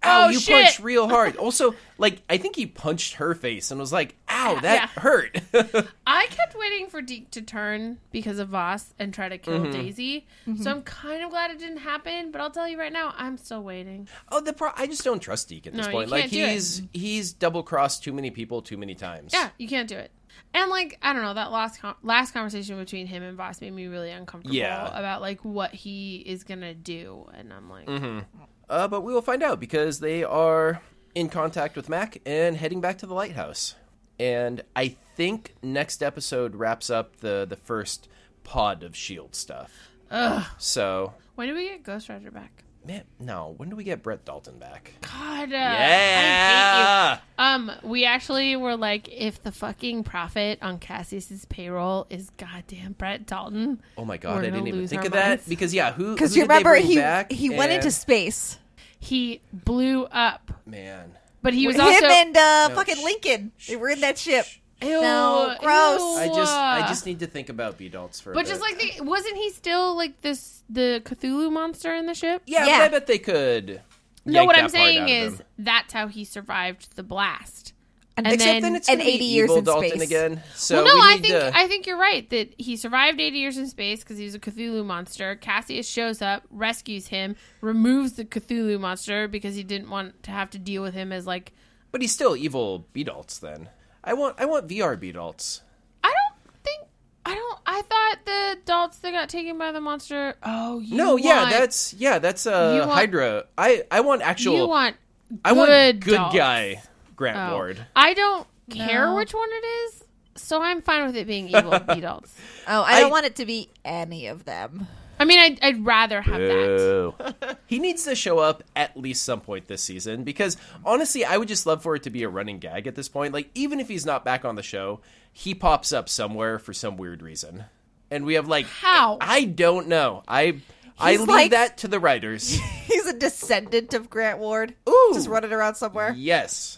S2: Ow,
S4: Oh,
S2: you
S4: shit.
S2: punched real hard. Also, like, I think he punched her face and was like, ow, that
S4: Yeah.
S2: hurt.
S4: I kept waiting for Deke to turn because of Voss and try to kill
S2: Mm-hmm.
S4: Daisy. So I'm kind of glad it didn't happen. But I'll tell you right now, I'm still waiting.
S2: oh, the pro- I just don't trust Deke at this
S4: No, you
S2: point. Like,
S4: can't do it.
S2: he's he's double crossed too many people too many times.
S4: Yeah, you can't do it. And like I don't know that last con last conversation between him and Voss made me really uncomfortable
S2: Yeah.
S4: about like what he is gonna do, and I'm like,
S2: Uh, but we will find out because they are in contact with Mac and heading back to the lighthouse. And I think next episode wraps up the the first pod of Shield E stuff. Ugh. So,
S4: when do we get Ghost Rider back?
S2: man, no. When do we get Brett Dalton back?
S4: God, uh, I hate you.
S2: yeah.
S4: Um, we actually were like, if the fucking profit on Cassius's payroll is goddamn Brett Dalton,
S2: Oh my
S4: We're
S2: god, I
S4: gonna
S2: didn't even
S4: lose
S2: think
S4: our
S2: of that
S4: minds.
S2: because yeah, who?
S3: Because
S2: Because
S3: you remember
S2: they bring
S3: he
S2: back
S3: he went
S2: and-
S3: into space.
S4: he blew up.
S2: man.
S4: But he was
S3: Him
S4: also
S3: and uh,
S2: No,
S3: fucking
S2: shh,
S3: Lincoln. They were in that ship.
S4: Ew,
S3: No, gross.
S4: ew.
S2: I just I just need to think about B adults for. a
S4: But
S2: bit.
S4: just like the, wasn't he still like this the Cthulhu monster in the ship?
S2: yeah,
S3: Yeah.
S2: But I bet they could.
S4: No,
S2: yank
S4: what
S2: that
S4: I'm
S2: part
S4: saying
S2: out of
S4: is
S2: them.
S4: that's how he survived the blast.
S3: And,
S4: And
S2: except
S4: then-
S2: then it's
S3: and
S2: gonna be E
S3: 80 years
S2: evil
S3: in
S2: Dalton
S3: space.
S2: again. So
S4: well, no,
S2: we
S4: I
S2: need
S4: think
S2: to-
S4: I think you're right that he survived 80 years in space because he was a Cthulhu monster. Cassius shows up, rescues him, removes the Cthulhu monster because he didn't want to have to deal with him as like
S2: but he's still evil B adults. Then I want I want VR B adults.
S4: I don't think I don't I thought the adults that got taken by the monster. Oh, you
S2: No, yeah,
S4: want-
S2: that's yeah, that's uh
S4: You want-
S2: Hydra. I I want actual.
S4: you want
S2: I want
S4: good dolls.
S2: guy Grant
S4: Oh.
S2: Ward.
S4: I don't care
S3: No.
S4: which one it is, so I'm fine with it being evil adults.
S3: Oh, I, don't
S2: I-
S3: want it to be any of them.
S4: I mean, I'd, I'd rather have that.
S2: he needs to show up at least some point this season because honestly, I would just love for it to be a running gag at this point. Like, even if he's not back on the show, he pops up somewhere for some weird reason, and we have like
S4: How?
S2: I don't know. I I
S3: He's
S2: leave
S3: like-
S2: that to the writers.
S3: He's a descendant of Grant Ward.
S2: Ooh.
S3: Just running around somewhere.
S2: yes.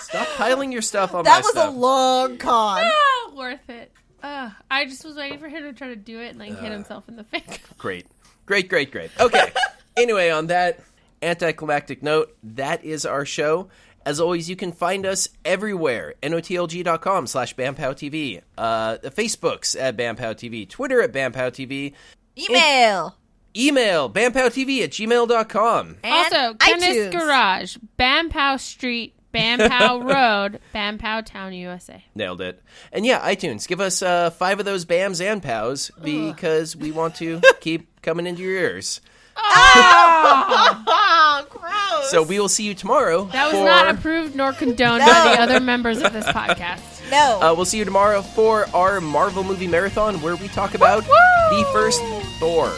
S2: Stop piling your stuff on my
S3: that was
S2: stuff.
S3: a long con.
S4: Ah, worth it. Ugh, I just was waiting for him to try to do it and like hit himself in the face.
S2: Great. Great, great, great. Okay. anyway, on that anticlimactic note, that is our show. As always, you can find us everywhere. NOTLG.com slash BamPowTV. Uh, the Facebooks at BamPowTV. Twitter at BamPowTV.
S3: Email.
S2: Email BamPowTV at gmail.com.
S3: And
S4: also, Kenneth's
S3: iTunes.
S4: Garage, Bampow Street, Bampow Road, Bampow Town, USA.
S2: Nailed it. And yeah, iTunes. Give us uh, five of those BAMs and POWs because we want to keep coming into your ears.
S3: Ah! Oh, gross.
S2: So we will see you tomorrow.
S4: That was
S2: for-
S4: not approved nor condoned by the other members of this podcast.
S3: no.
S2: Uh, we'll see you tomorrow for our Marvel movie marathon where we talk about
S4: Woo-woo!
S2: the first Thor.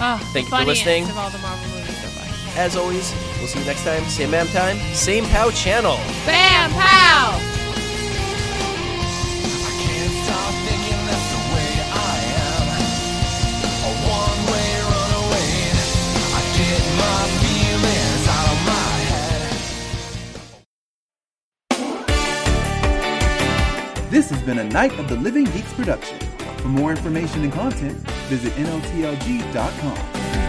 S4: Oh,
S2: Thank you for
S4: funniest
S2: listening.
S4: Of all the Marvel movies so far.
S2: As always, we'll see you next time. Same BAM time, same POW channel.
S4: Bam pow.
S5: I can't stop thinking that's the way I am. A one-way runaway. I get my feelings out of my head.
S1: This has been a Night of the Living Geeks production. For more information and content, visit NOTLG.com.